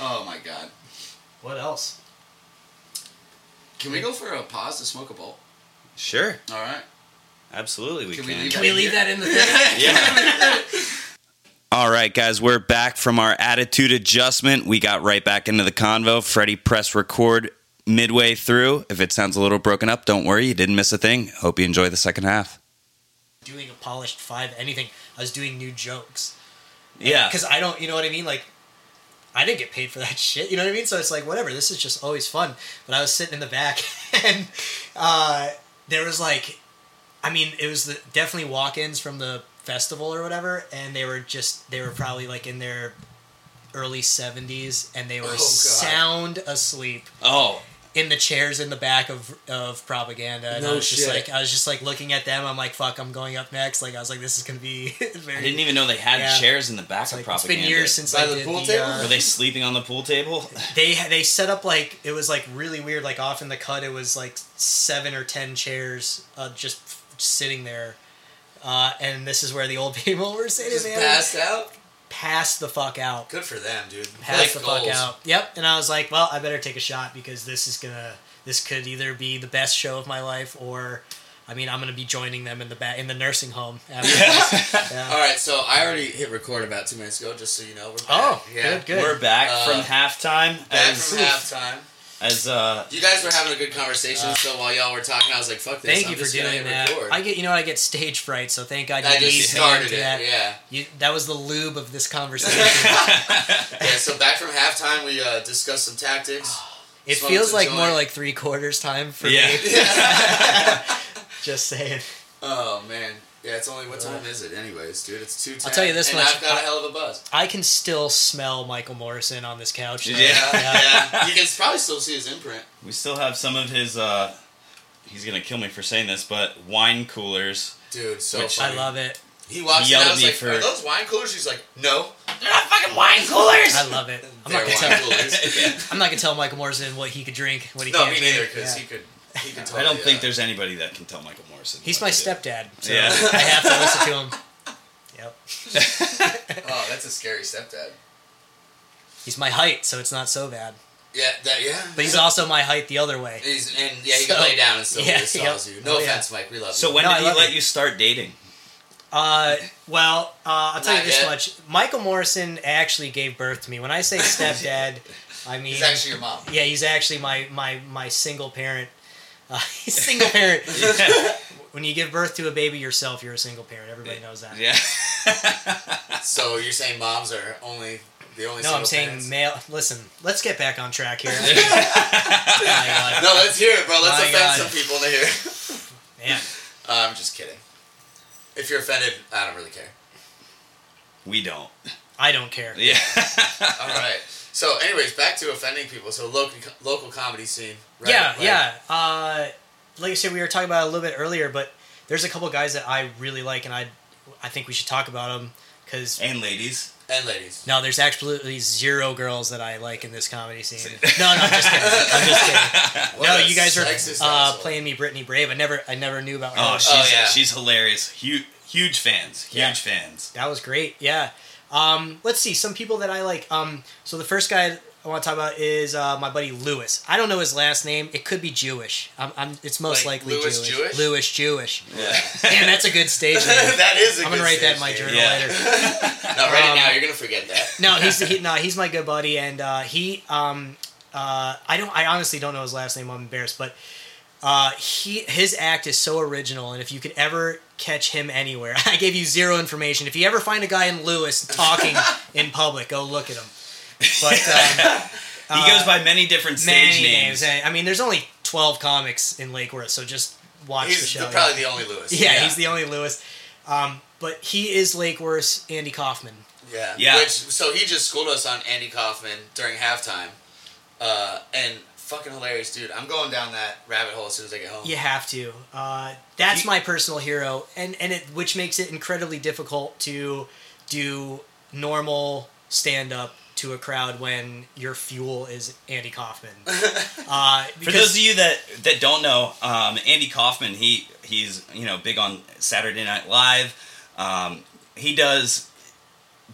Speaker 4: Oh my god.
Speaker 3: What else?
Speaker 4: Can we go for a pause to smoke a bowl?
Speaker 2: Sure,
Speaker 4: All right.
Speaker 2: absolutely we
Speaker 4: Can
Speaker 2: can.
Speaker 4: we leave
Speaker 3: Can we leave that in the thing?
Speaker 2: yeah. All right, guys, we're back from our attitude adjustment. We got right back into the convo. Freddie pressed record midway through. If it sounds a little broken up, don't worry. You didn't miss a thing. Hope you enjoy the second half.
Speaker 3: doing a polished five anything. I was doing new jokes
Speaker 2: Yeah.
Speaker 3: because I don't, you know what I mean? Like, I didn't get paid for that shit. You know what I mean? So it's like whatever. This is just always fun. But I was sitting in the back, and uh, there was like, I mean, it was the definitely walk-ins from the festival or whatever, and they were just they were probably like in their early 70s and they were
Speaker 4: God.
Speaker 3: sound asleep
Speaker 2: Oh,
Speaker 3: in the chairs in the back of of propaganda and
Speaker 4: No
Speaker 3: I was just
Speaker 4: shit.
Speaker 3: like I was just like looking at them I'm like fuck I'm going up next like I was like this is gonna be very
Speaker 2: I didn't even know they had
Speaker 3: Yeah.
Speaker 2: chairs in the back of
Speaker 3: like, it's
Speaker 2: propaganda.
Speaker 3: been years since
Speaker 4: By
Speaker 3: I
Speaker 4: the
Speaker 3: did
Speaker 4: pool
Speaker 3: the,
Speaker 4: table?
Speaker 2: Were
Speaker 3: uh,
Speaker 2: they sleeping on the pool table?
Speaker 3: they they set up like it was like really weird like off in the cut it was like seven or ten chairs uh, just f- sitting there uh, and this is where the old people were sitting
Speaker 4: Just
Speaker 3: man
Speaker 4: passed out.
Speaker 3: Pass the fuck out
Speaker 4: Good for them, dude.
Speaker 3: pass
Speaker 4: Like
Speaker 3: the fuck
Speaker 4: goals.
Speaker 3: out yep and I was like well I better take a shot because this is gonna this could either be the best show of my life or I mean, I'm gonna be joining them in the ba- in the nursing home. After this. Yeah.
Speaker 4: All right, so I already hit record about two minutes ago, just so you know. We're back.
Speaker 3: Oh,
Speaker 4: yeah.
Speaker 3: good, good.
Speaker 2: We're back
Speaker 4: Uh,
Speaker 2: from halftime.
Speaker 4: Back
Speaker 2: as,
Speaker 4: from halftime.
Speaker 2: as uh,
Speaker 4: You guys were having a good conversation, so while y'all were talking, I was like, "Fuck this."
Speaker 3: Uh, Thank
Speaker 4: I'm
Speaker 3: you for
Speaker 4: just gonna
Speaker 3: doing
Speaker 4: hit
Speaker 3: that.
Speaker 4: record.
Speaker 3: I get, you know, I get stage fright, so thank God you
Speaker 4: I just
Speaker 3: eased me
Speaker 4: started
Speaker 3: into
Speaker 4: it.
Speaker 3: that.
Speaker 4: Yeah.
Speaker 3: You, that was the lube of this conversation.
Speaker 4: Yeah. So back from halftime, we uh, discussed some tactics.
Speaker 3: it
Speaker 4: Slow
Speaker 3: feels
Speaker 4: to
Speaker 3: like
Speaker 4: join.
Speaker 3: more like three quarters time for
Speaker 2: Yeah.
Speaker 3: me. Just saying.
Speaker 4: Oh man. Yeah, it's only what time is it, anyways, dude? It's two.
Speaker 3: I'll tell you this
Speaker 4: and
Speaker 3: much.
Speaker 4: I've got a hell of a buzz.
Speaker 3: I can still smell Michael Morrison on this couch.
Speaker 2: Yeah.
Speaker 4: Yeah, yeah. You can probably still see his imprint.
Speaker 2: we still have some of his uh, he's gonna kill me for saying this, but wine coolers.
Speaker 4: Dude, so
Speaker 2: Which-
Speaker 4: funny.
Speaker 3: I love it.
Speaker 4: He walks in.
Speaker 2: yelled
Speaker 4: I
Speaker 2: at
Speaker 4: was
Speaker 2: me
Speaker 4: like,
Speaker 2: for-
Speaker 4: "Are those wine coolers?" He's like, "No, they're not fucking wine coolers."
Speaker 3: I love it. I'm
Speaker 4: They're
Speaker 3: not
Speaker 4: wine
Speaker 3: gonna tell.
Speaker 4: coolers.
Speaker 3: I'm not gonna tell Michael Morrison what he could drink, what he
Speaker 4: no,
Speaker 3: can't
Speaker 4: me
Speaker 3: drink.
Speaker 4: neither, because
Speaker 3: Yeah.
Speaker 4: he could. He could totally,
Speaker 2: I don't think
Speaker 4: uh,
Speaker 2: there's anybody that can tell Michael Morrison.
Speaker 3: He's my
Speaker 2: what to do.
Speaker 3: stepdad, so
Speaker 2: Yeah.
Speaker 3: I have to listen to him. Yep.
Speaker 4: Oh, that's a scary stepdad.
Speaker 3: He's my height, so it's not so bad.
Speaker 4: Yeah, that yeah.
Speaker 3: But he's also my height the other way.
Speaker 4: He's, and yeah, he
Speaker 3: So-
Speaker 4: can lay down and still
Speaker 3: yeah,
Speaker 4: yeah, saws
Speaker 3: yep.
Speaker 4: you. No
Speaker 3: Oh, yeah.
Speaker 4: offense, Mike. We love
Speaker 2: So
Speaker 4: you.
Speaker 2: when
Speaker 3: No, I
Speaker 2: did he
Speaker 3: love
Speaker 2: let
Speaker 3: it.
Speaker 2: you start dating?
Speaker 3: Uh, well, uh, I'll tell you
Speaker 4: Not
Speaker 3: this
Speaker 4: yet.
Speaker 3: much: Michael Morrison actually gave birth to me. When I say stepdad, I mean
Speaker 4: he's actually your mom.
Speaker 3: yeah, he's actually my my my single parent. Uh, he's single parent. when you give birth to a baby yourself, you're a single parent. Everybody knows that.
Speaker 2: Yeah.
Speaker 4: So you're saying moms are only the only.
Speaker 3: No, I'm
Speaker 4: single
Speaker 3: saying
Speaker 4: parents?
Speaker 3: male. Listen, let's get back on track here. My God.
Speaker 4: No, let's hear it, bro. Let's
Speaker 3: My
Speaker 4: offend
Speaker 3: God.
Speaker 4: some people to hear.
Speaker 3: Man,
Speaker 4: Uh, I'm just kidding. If you're offended, I don't really care.
Speaker 2: we don't.
Speaker 3: I don't care.
Speaker 2: Yeah.
Speaker 4: All right. So, anyways, back to offending people. So local local comedy scene. Right?
Speaker 3: Yeah,
Speaker 4: Like,
Speaker 3: yeah. Uh, like I said, we were talking about it a little bit earlier, but there's a couple guys that I really like, and I, I think we should talk about them because
Speaker 2: and ladies.
Speaker 4: And ladies.
Speaker 3: no, there's absolutely zero girls that I like in this comedy scene. No, no, I'm just kidding. I'm just kidding.
Speaker 4: What
Speaker 3: No,
Speaker 4: a
Speaker 3: you guys
Speaker 4: sexist
Speaker 3: are uh,
Speaker 4: asshole.
Speaker 3: playing me Brittany Brave. I never, I never knew about her.
Speaker 2: Oh, she's
Speaker 4: yeah.
Speaker 2: she's hilarious. Huge huge fans. Huge
Speaker 3: Yeah.
Speaker 2: fans.
Speaker 3: That was great. Yeah. Um, let's see some people that I like. Um, so the first guy I want to talk about is uh, my buddy Lewis. I don't know his last name. It could be Jewish. I'm, I'm, it's most
Speaker 4: Like
Speaker 3: likely
Speaker 4: Lewis
Speaker 3: Jewish.
Speaker 4: Jewish?
Speaker 3: Lewis Jewish.
Speaker 2: Yeah.
Speaker 3: Damn, that's a good stage name.
Speaker 4: that is. i
Speaker 3: I'm gonna write that in my journal
Speaker 2: Yeah.
Speaker 3: later.
Speaker 4: No, right
Speaker 3: Um,
Speaker 4: now you're gonna forget that.
Speaker 3: No, he's he, no, he's my good buddy, and uh, he um, uh, I don't I honestly don't know his last name. I'm embarrassed, but uh, he his act is so original, and if you could ever catch him anywhere, I gave you zero information. If you ever find a guy in Lewis talking in public, go look at him. But um,
Speaker 2: he goes by many different
Speaker 3: many
Speaker 2: stage names.
Speaker 3: names. I mean, there's only twelve comics in Lake Worth, so just watch the
Speaker 4: He's
Speaker 3: show.
Speaker 4: the- probably the only Lewis.
Speaker 3: yeah, he's the only Lewis. Um, but he is Lake Worth's Andy Kaufman.
Speaker 4: Yeah.
Speaker 2: Yeah.
Speaker 4: Which so he just schooled us on Andy Kaufman during halftime, uh, and fucking hilarious, dude. I'm going down that rabbit hole as soon as I get home.
Speaker 3: You have to. Uh, that's
Speaker 2: you-
Speaker 3: my personal hero, and and it which makes it incredibly difficult to do normal stand up to a crowd when your fuel is Andy Kaufman. uh,
Speaker 2: For
Speaker 3: because
Speaker 2: those of you that that don't know, um, Andy Kaufman, he he's you know big on Saturday Night Live. Um, he does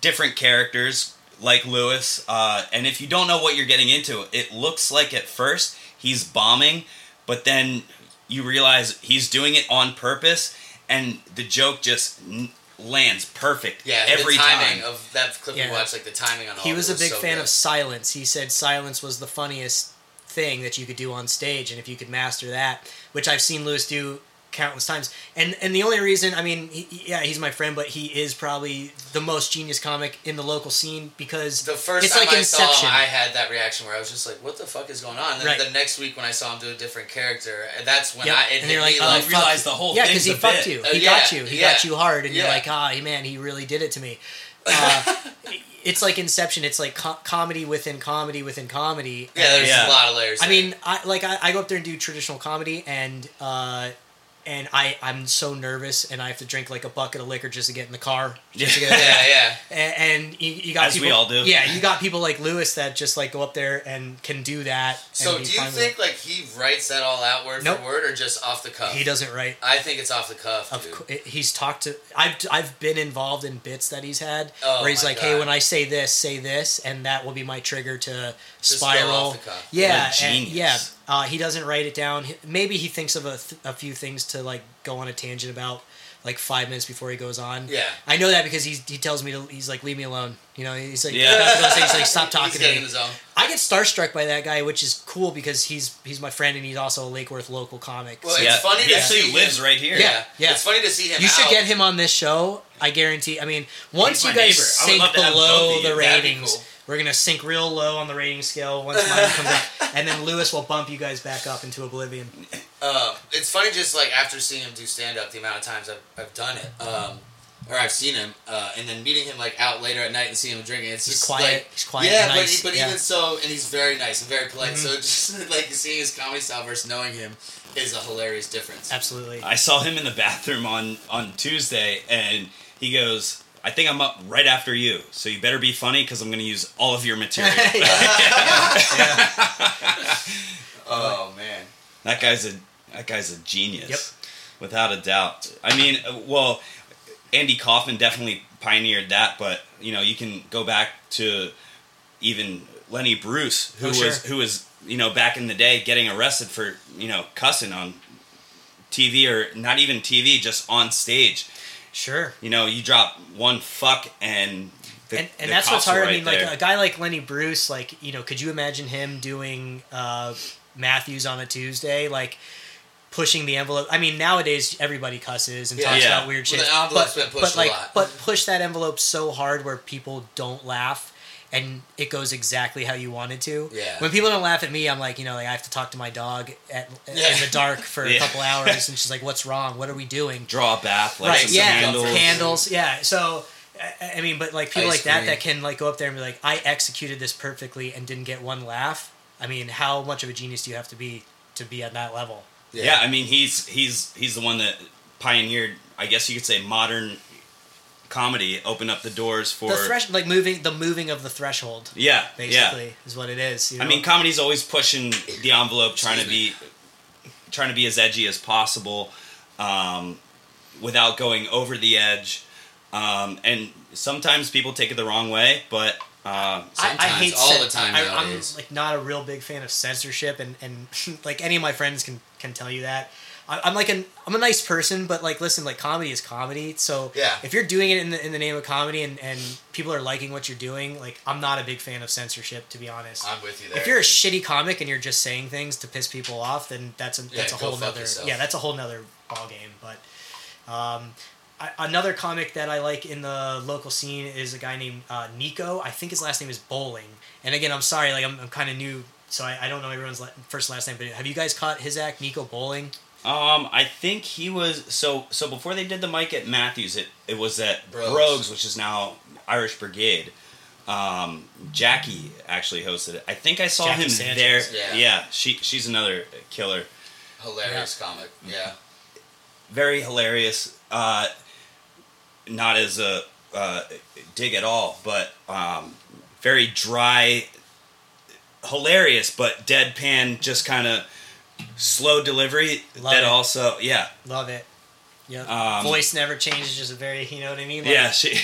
Speaker 2: different characters like Lewis, uh, and if you don't know what you're getting into, it looks like at first he's bombing, but then you realize he's doing it on purpose, and the joke just n- lands perfect
Speaker 4: Yeah.
Speaker 2: every
Speaker 4: the timing
Speaker 2: time.
Speaker 4: of that clip
Speaker 3: Yeah.
Speaker 4: we watched, like the timing on. all
Speaker 3: he
Speaker 4: of
Speaker 3: was
Speaker 4: it
Speaker 3: a big
Speaker 4: so
Speaker 3: fan
Speaker 4: good.
Speaker 3: of silence. He said silence was the funniest thing that you could do on stage, and if you could master that, which I've seen Lewis do countless times. And and the only reason, I mean, he, he- yeah, he's my friend, but he is probably the most genius comic in the local scene because
Speaker 4: The first
Speaker 3: it's
Speaker 4: time
Speaker 3: like
Speaker 4: I
Speaker 3: Inception.
Speaker 4: saw him, I had that reaction where I was just like, "What the fuck is going on?" And then
Speaker 3: Right.
Speaker 4: the next week when I saw him do a different character, and that's when
Speaker 3: Yep.
Speaker 4: I it
Speaker 3: and
Speaker 4: hit
Speaker 3: you're
Speaker 4: me
Speaker 3: like,
Speaker 4: like,
Speaker 3: oh,
Speaker 2: like,
Speaker 3: fuck.
Speaker 2: realize the whole
Speaker 3: yeah,
Speaker 2: thing's
Speaker 3: he
Speaker 2: a
Speaker 3: fucked
Speaker 2: bit.
Speaker 3: you.
Speaker 4: Uh,
Speaker 3: He
Speaker 4: yeah,
Speaker 3: got you. He got
Speaker 4: yeah,
Speaker 3: you hard, and you're
Speaker 4: yeah.
Speaker 3: like, ah, man, he really did it to me. Uh, it's like Inception. It's like co- comedy within comedy within comedy.
Speaker 4: "Yeah, there's
Speaker 2: Yeah.
Speaker 4: a lot of layers."
Speaker 3: I
Speaker 4: there.
Speaker 3: mean, I like I, I go up there and do traditional comedy, and uh, and I I'm so nervous, and I have to drink like a bucket of liquor just to get in the car. Just to get,
Speaker 4: yeah, yeah.
Speaker 3: and, and you, you got
Speaker 2: As we
Speaker 3: people,
Speaker 2: all do.
Speaker 3: Yeah, you got people like Lewis that just like go up there and can do that. and
Speaker 4: So
Speaker 3: be
Speaker 4: do you
Speaker 3: fine with
Speaker 4: think like he writes that all out word
Speaker 3: Nope.
Speaker 4: for word, or just off the cuff?
Speaker 3: it. he doesn't write?
Speaker 4: I think it's off the cuff.
Speaker 3: Of
Speaker 4: dude.
Speaker 3: cou- he's talked to. I've I've been involved in bits that he's had
Speaker 4: Oh,
Speaker 3: where he's
Speaker 4: my
Speaker 3: like, hey,
Speaker 4: God.
Speaker 3: when I say this, say this, and that will be my trigger to
Speaker 4: Just go
Speaker 3: spiral.
Speaker 4: off the cuff.
Speaker 3: Yeah,
Speaker 2: What a
Speaker 3: and-
Speaker 2: genius.
Speaker 3: yeah. Uh, he doesn't write it down. He- Maybe he thinks of a, th- a few things to like go on a tangent about like five minutes before he goes on.
Speaker 4: Yeah.
Speaker 3: I know that because he's, he tells me to. He's like, leave me alone. You know, he's like,
Speaker 2: Yeah.
Speaker 3: yeah. he's like, stop
Speaker 4: He's
Speaker 3: talking to
Speaker 4: getting
Speaker 3: me.
Speaker 4: in the zone.
Speaker 3: I get starstruck by that guy, which is cool because he's he's my friend and he's also a Lake Worth local comic.
Speaker 4: Well,
Speaker 3: so-
Speaker 4: It's
Speaker 2: yeah,
Speaker 4: funny
Speaker 2: he
Speaker 4: to
Speaker 2: actually
Speaker 4: see
Speaker 2: lives
Speaker 4: him.
Speaker 2: right here.
Speaker 3: Yeah, yeah.
Speaker 4: It's funny to see him.
Speaker 3: You should
Speaker 4: out.
Speaker 3: get him on this show. I guarantee. I mean, once
Speaker 2: He's
Speaker 3: you
Speaker 2: my
Speaker 3: guys
Speaker 2: neighbor. I would
Speaker 3: sink
Speaker 2: love to have both
Speaker 3: below
Speaker 2: of
Speaker 3: the
Speaker 2: you.
Speaker 4: That'd be
Speaker 3: ratings,
Speaker 4: cool.
Speaker 3: we're gonna sink real low on the rating scale once mine comes up, and then Lewis will bump you guys back up into oblivion.
Speaker 4: Um, it's funny just like after seeing him do stand up, the amount of times I've, I've done it. Um, or I've seen him, uh, and then meeting him like out later at night and seeing him drinking. It's
Speaker 3: He's
Speaker 4: just
Speaker 3: quiet-
Speaker 4: like
Speaker 3: he's quiet
Speaker 4: yeah,
Speaker 3: and
Speaker 4: but,
Speaker 3: nice,
Speaker 4: but
Speaker 3: yeah. Mm-hmm.
Speaker 4: even so, and he's very nice and very polite. So just like seeing his comedy style versus knowing him is a hilarious difference.
Speaker 3: Absolutely.
Speaker 2: I saw him in the bathroom on on Tuesday, and he goes, "I think I'm up right after you, so you better be funny because I'm going to use all of your material."
Speaker 4: Oh man,
Speaker 2: that guy's a that guy's a genius,
Speaker 3: Yep.
Speaker 2: without a doubt. I mean, uh, well, Andy Kaufman definitely pioneered that, but you know, you can go back to even Lenny Bruce, who
Speaker 3: Oh,
Speaker 2: was
Speaker 3: sure.
Speaker 2: who was you know back in the day getting arrested for you know cussing on TV or not even TV, just on stage.
Speaker 3: Sure.
Speaker 2: you know, you drop one fuck and the,
Speaker 3: and, and
Speaker 2: the
Speaker 3: that's what's
Speaker 2: cops are
Speaker 3: hard. I
Speaker 2: right
Speaker 3: mean, like
Speaker 2: there.
Speaker 3: a guy like Lenny Bruce, like you know, could you imagine him doing uh, Matthews on a Tuesday, like pushing the envelope? I mean, nowadays everybody cusses and
Speaker 4: Yeah.
Speaker 3: talks
Speaker 2: Yeah.
Speaker 3: about weird
Speaker 4: Well,
Speaker 3: shit,
Speaker 4: the envelope's
Speaker 3: but,
Speaker 4: been
Speaker 3: but
Speaker 4: pushed a
Speaker 3: like,
Speaker 4: lot.
Speaker 3: but push that envelope so hard where people don't laugh. And it goes exactly how you want it to.
Speaker 4: Yeah.
Speaker 3: When people don't laugh at me, I'm like, you know, like I have to talk to my dog at,
Speaker 4: Yeah.
Speaker 3: in the dark for a
Speaker 2: Yeah.
Speaker 3: couple hours, and she's like, "What's wrong? What are we doing?"
Speaker 2: draw a bath, like
Speaker 3: right
Speaker 2: some
Speaker 3: yeah
Speaker 2: handles.
Speaker 3: Handles, yeah so I- i mean but like people
Speaker 4: Ice
Speaker 3: like that
Speaker 4: cream.
Speaker 3: that can like go up there and be like i executed this perfectly and didn't get one laugh i mean how much of a genius do you have to be to be at that level
Speaker 2: Yeah. I mean, he's he's he's the one that pioneered, I guess you could say, modern comedy. Opened up the doors for
Speaker 3: the thresh like moving the moving of the threshold
Speaker 2: yeah,
Speaker 3: basically is what it is you
Speaker 2: yeah. I
Speaker 3: know?
Speaker 2: mean, comedy's always pushing the envelope, trying to be trying to be as edgy as possible, um, without going over the edge. Um, and sometimes people take it the wrong way, but uh,
Speaker 3: I, I
Speaker 4: Sometimes,
Speaker 3: hate
Speaker 4: all
Speaker 3: cen-
Speaker 4: the time
Speaker 3: I, I'm
Speaker 4: nowadays.
Speaker 3: like not a real big fan of censorship, and and like any of my friends can can tell you that. I, I'm like an I'm a nice person, but like listen, like comedy is comedy. So
Speaker 4: Yeah.
Speaker 3: if you're doing it in the in the name of comedy, and and people are liking what you're doing, like I'm not a big fan of censorship, to be honest.
Speaker 4: I'm with you there.
Speaker 3: if you're a shitty comic and you're just saying things to piss people off, then that's a that's
Speaker 4: Yeah,
Speaker 3: a
Speaker 4: go
Speaker 3: whole
Speaker 4: fuck
Speaker 3: nother
Speaker 4: yourself.
Speaker 3: yeah that's a whole nother ball game. But um, I, another comic that I like in the local scene is a guy named uh, Nico. I think his last name is Bowling. And again, I'm sorry, like I'm, I'm kind of new, so I, I don't know everyone's la- first and last name. But have you guys caught his act, Nico Bowling?
Speaker 2: Um, I think he was so so before they did the mic at Matthews, it it was at
Speaker 4: Brogues.
Speaker 2: Brogues, which is now Irish Brigade. Um, Jackie actually hosted it. I think I saw
Speaker 3: Jackie
Speaker 2: him
Speaker 3: Sanchez.
Speaker 2: there.
Speaker 4: Yeah.
Speaker 2: she she's another killer.
Speaker 4: hilarious comic, yeah.
Speaker 2: Very hilarious. Uh, not as a uh, dig at all, but um, very dry, hilarious, but deadpan, just kind of slow delivery.
Speaker 3: Love
Speaker 2: that
Speaker 3: it.
Speaker 2: also, yeah,
Speaker 3: Love it. Yeah,
Speaker 2: Um,
Speaker 3: voice never changes. Just a very you know what I mean. Like,
Speaker 2: yeah. She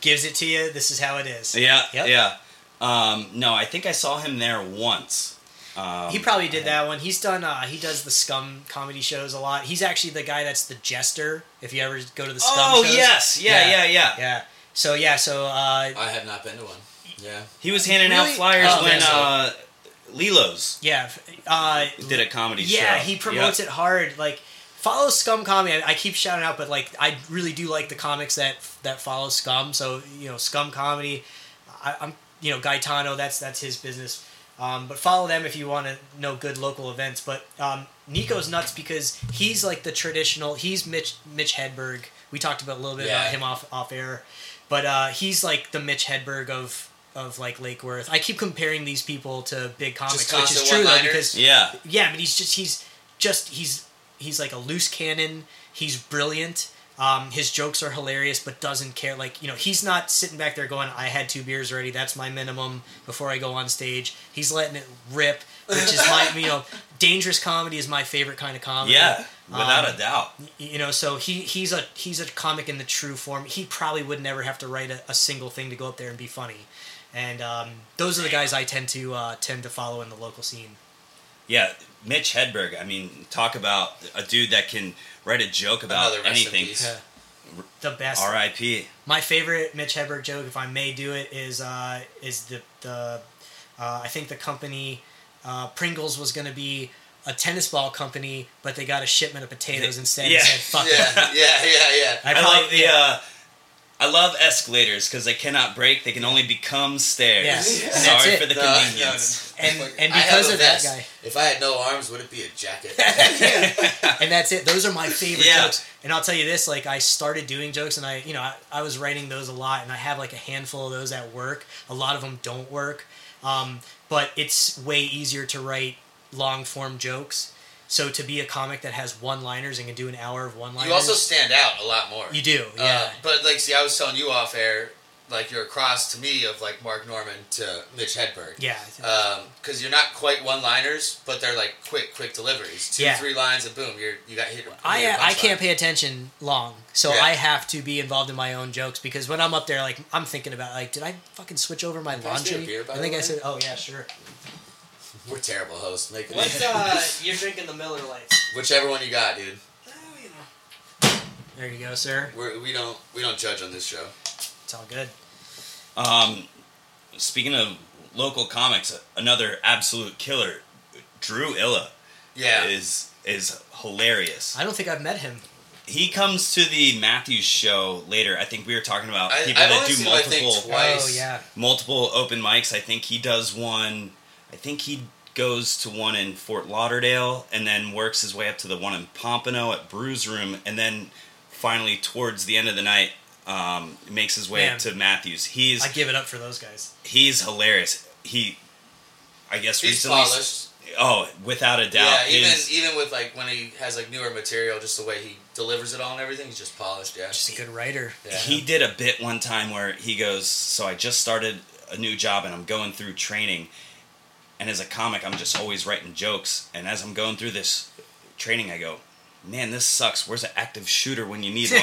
Speaker 3: gives it to you. This is how it is.
Speaker 2: Yeah,
Speaker 3: Yep.
Speaker 2: yeah. Um, no, I think I saw him there once. Um,
Speaker 3: He probably did that one. He's done. Uh, he does the scum comedy shows a lot. He's actually the guy that's the jester. If you ever go to the scum
Speaker 2: Oh
Speaker 3: shows.
Speaker 2: yes, yeah,
Speaker 3: Yeah.
Speaker 2: yeah, yeah,
Speaker 3: Yeah. So yeah. So uh,
Speaker 4: I have not been to one. Yeah,
Speaker 2: He was handing out
Speaker 3: Really?
Speaker 2: flyers
Speaker 3: Oh,
Speaker 2: when
Speaker 4: okay.
Speaker 2: uh, Lilo's
Speaker 3: yeah. Uh,
Speaker 2: did a comedy show.
Speaker 3: yeah. He promotes it hard. Like follow Scum Comedy. I, I keep shouting out, but like I really do like the comics that that follow Scum. So you know Scum Comedy. I, I'm you know Gaetano. That's that's his business. Um, but follow them if you want to know good local events. But um, Nico's nuts because he's like the traditional. He's Mitch Mitch Hedberg. We talked about a little bit
Speaker 4: Yeah.
Speaker 3: about him off off air, but uh, he's like the Mitch Hedberg of of like Lake Worth. I keep comparing these people to big comics, which is
Speaker 4: constant
Speaker 3: true though
Speaker 4: one-liners?
Speaker 3: because
Speaker 2: Yeah.
Speaker 3: yeah, but he's just he's just he's he's like a loose cannon. He's brilliant. Um, his jokes are hilarious, but doesn't care. Like you know, he's not sitting back there going, "I had two beers already. That's my minimum before I go on stage." He's letting it rip, which is my you know, dangerous comedy is my favorite kind of comedy.
Speaker 2: Yeah, without
Speaker 3: Um,
Speaker 2: a doubt.
Speaker 3: you know so he he's a he's a comic in the true form he probably would never have to write a, a single thing to go up there and be funny and um, those are the guys i tend to uh, tend to follow in the local scene
Speaker 2: Yeah, Mitch Hedberg. I mean, talk about a dude that can write a joke about
Speaker 4: Another rest in
Speaker 2: anything.
Speaker 4: peace.
Speaker 3: the best
Speaker 2: R.I.P.
Speaker 3: my favorite mitch hedberg joke if i may do it is uh, is the the uh, i think the company uh, pringles was going to be a tennis ball company but they got a shipment of potatoes instead
Speaker 2: Yeah.
Speaker 3: and said fuck it
Speaker 4: yeah, yeah, yeah, yeah.
Speaker 3: I
Speaker 2: I
Speaker 3: probably-
Speaker 2: love the. Uh, I love escalators because they cannot break; they can only become stairs.
Speaker 3: Yes, and that's
Speaker 2: Sorry
Speaker 3: it.
Speaker 2: for the
Speaker 4: No, no, no.
Speaker 2: convenience.
Speaker 3: And
Speaker 5: Like,
Speaker 3: and
Speaker 5: I have
Speaker 3: because
Speaker 5: a
Speaker 3: of that
Speaker 5: vest.
Speaker 3: guy,
Speaker 5: If I had no arms, would it be a jacket?
Speaker 3: and that's it. Those are my favorite
Speaker 2: Yeah.
Speaker 3: jokes. And I'll tell you this: like I started doing jokes, and I, you know, I, I was writing those a lot, and I have like a handful of those that work. A lot of them don't work, um, but it's way easier to write long form jokes. So to be a comic that has one liners and can do an hour of one liners,
Speaker 4: You also stand out a lot more.
Speaker 3: you do,
Speaker 4: Uh,
Speaker 3: yeah.
Speaker 4: but like, see, I was telling you off air, like you're across to me of like Mark Norman to Mitch Hedberg.
Speaker 3: yeah,
Speaker 4: because you're not quite one-liners, but they're like quick, quick deliveries. Two,
Speaker 3: Yeah.
Speaker 4: three lines, and boom, you're you got hit. with
Speaker 3: I uh,
Speaker 4: your
Speaker 3: I
Speaker 4: punchline.
Speaker 3: can't pay attention long, so
Speaker 4: Yeah.
Speaker 3: I have to be involved in my own jokes because when I'm up there, like I'm thinking about like, did I fucking switch over my
Speaker 4: pass me a
Speaker 3: laundry?
Speaker 4: beer, by
Speaker 3: I
Speaker 4: the
Speaker 3: think I
Speaker 4: way?
Speaker 3: said, oh yeah, sure.
Speaker 4: We're terrible hosts. Make it
Speaker 3: What's uh? You're drinking the Miller Lights.
Speaker 4: whichever one you got, dude.
Speaker 3: There you go, sir.
Speaker 4: We're, we don't we don't judge on this show.
Speaker 3: It's all good.
Speaker 2: Um, speaking of local comics, another absolute killer, Drew Illa,
Speaker 4: Yeah,
Speaker 2: is is hilarious.
Speaker 3: I don't think I've met him.
Speaker 2: He comes to the Matthews show later. I think we were talking about
Speaker 4: I,
Speaker 2: people
Speaker 4: I've
Speaker 2: that
Speaker 4: only
Speaker 2: do
Speaker 4: seen him, I
Speaker 2: multiple
Speaker 4: think twice.
Speaker 3: Oh yeah.
Speaker 2: multiple open mics. I think he does one. I think he goes to one in Fort Lauderdale and then works his way up to the one in Pompano at Brews Room, and then finally towards the end of the night, um, makes his way
Speaker 3: Man.
Speaker 2: to Matthews. He's
Speaker 3: I give it up for those guys.
Speaker 2: he's hilarious. He, I guess
Speaker 4: He's
Speaker 2: recently.
Speaker 4: polished.
Speaker 2: Oh, without a doubt.
Speaker 4: yeah, even
Speaker 2: his-
Speaker 4: even with like when he has like newer material, just the way he delivers it all and everything, he's just polished. Yeah,
Speaker 3: Just a good writer.
Speaker 4: yeah.
Speaker 2: He did a bit one time where he goes, So I just started a new job and I'm going through training. And as a comic, I'm just always writing jokes. And as I'm going through this training, I go, Man, this sucks. Where's an active shooter when you need one?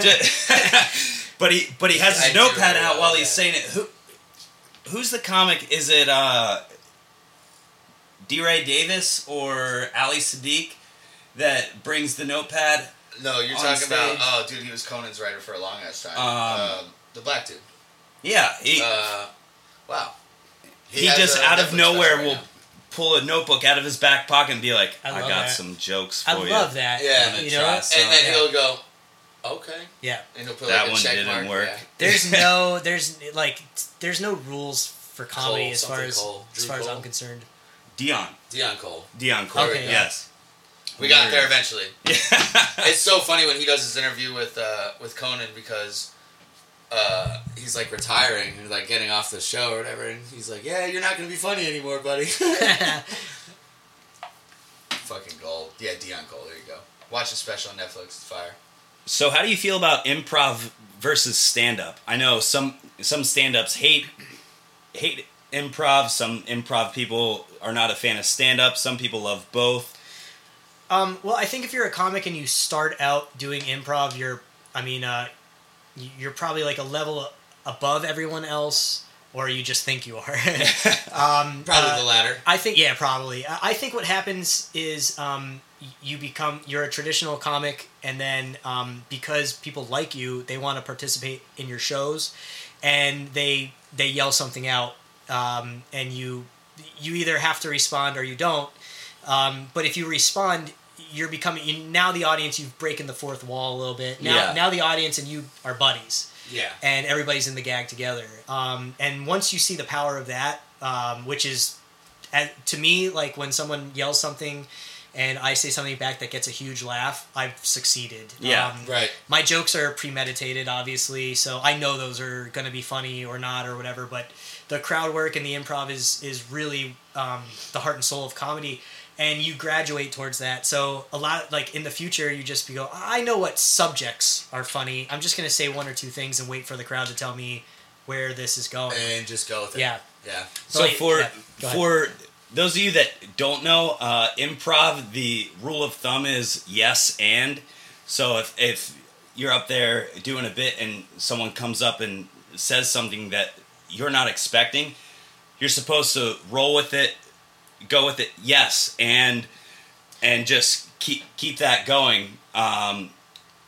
Speaker 2: Just- but he but he has
Speaker 4: I
Speaker 2: his
Speaker 4: do
Speaker 2: notepad
Speaker 4: really
Speaker 2: out while
Speaker 4: love
Speaker 2: he's
Speaker 4: that.
Speaker 2: saying it. Who who's the comic? Is it uh D. Ray Davis or Ali Sadiq that brings the notepad?
Speaker 4: no, you're
Speaker 2: On
Speaker 4: talking about
Speaker 2: stage.
Speaker 4: oh, dude, he was Conan's writer for a long ass time.
Speaker 2: Um,
Speaker 4: Um, the black dude.
Speaker 2: Yeah, he
Speaker 4: Uh, wow.
Speaker 2: He
Speaker 4: has
Speaker 2: just
Speaker 4: a
Speaker 2: out of
Speaker 4: Netflix special
Speaker 2: nowhere
Speaker 4: right
Speaker 2: will
Speaker 4: now.
Speaker 2: pull a notebook out of his back pocket and be like,
Speaker 3: I
Speaker 2: "I, got
Speaker 3: love that.
Speaker 2: some jokes for
Speaker 3: I
Speaker 2: you."
Speaker 3: love that.
Speaker 4: Yeah,
Speaker 3: you
Speaker 2: and
Speaker 3: know.
Speaker 2: Oh, try
Speaker 3: what?
Speaker 2: some.
Speaker 4: and then
Speaker 3: Yeah.
Speaker 4: he'll go, okay,
Speaker 3: Yeah.
Speaker 4: and he'll put
Speaker 2: That
Speaker 4: like a
Speaker 2: one
Speaker 4: check
Speaker 2: didn't
Speaker 4: mark,
Speaker 2: work.
Speaker 4: yeah.
Speaker 3: There's no. There's like. t- There's no rules for comedy
Speaker 4: Cole,
Speaker 3: as far
Speaker 4: something
Speaker 3: as
Speaker 4: Cole.
Speaker 3: as
Speaker 4: Drew
Speaker 3: far as
Speaker 4: Cole.
Speaker 3: I'm concerned.
Speaker 2: Dion,
Speaker 4: Dion Cole.
Speaker 2: Dion Corey,
Speaker 3: Okay, yeah.
Speaker 2: yes.
Speaker 4: We got there
Speaker 2: Hilarious.
Speaker 4: eventually. It's so funny when he does his interview with uh, with Conan because uh, he's like retiring and like getting off the show or whatever, and he's like, "Yeah, you're not gonna be funny anymore, buddy." Fucking gold. Yeah, Dion Cole. There you go. Watch his special on Netflix. It's fire.
Speaker 2: so, how do you feel about improv versus stand-up? I know some some stand-ups hate hate improv. Some improv people are not a fan of stand-up. Some people love both.
Speaker 3: Um, well, I think if you're a comic and you start out doing improv, you're, I mean, uh, y- you're probably like a level above everyone else, or you just think you are. um,
Speaker 4: Probably
Speaker 3: uh,
Speaker 4: the latter.
Speaker 3: I think, yeah, probably. I I think what happens is um, y- you become, you're a traditional comic, and then um, because people like you, they want to participate in your shows, and they they yell something out, um, and you you either have to respond or you don't. Um, but if you respond, you're becoming you, now the audience. You've breaking the fourth wall a little bit. Now,
Speaker 2: Yeah.
Speaker 3: now the audience and you are buddies
Speaker 4: Yeah.
Speaker 3: and everybody's in the gag together. Um, and once you see the power of that, um, which is, at, to me, like when someone yells something and I say something back that gets a huge laugh, I've succeeded.
Speaker 2: Yeah,
Speaker 3: Um,
Speaker 4: Right.
Speaker 3: my jokes are premeditated, obviously, so I know those are going to be funny or not or whatever. But the crowd work and the improv is is really um, the heart and soul of comedy, and you graduate towards that. So a lot, like in the future, you just be go. I know what subjects are funny. I'm just going to say one or two things and wait for the crowd to tell me where this is going.
Speaker 4: And just go with it.
Speaker 3: Yeah.
Speaker 4: Yeah.
Speaker 2: So
Speaker 3: Right,
Speaker 2: for
Speaker 3: yeah, go ahead.
Speaker 2: for those of you that don't know, uh, improv the rule of thumb is yes and. So if if you're up there doing a bit and someone comes up and says something that you're not expecting, you're supposed to roll with it, go with it, yes and, and just keep keep that going. Um,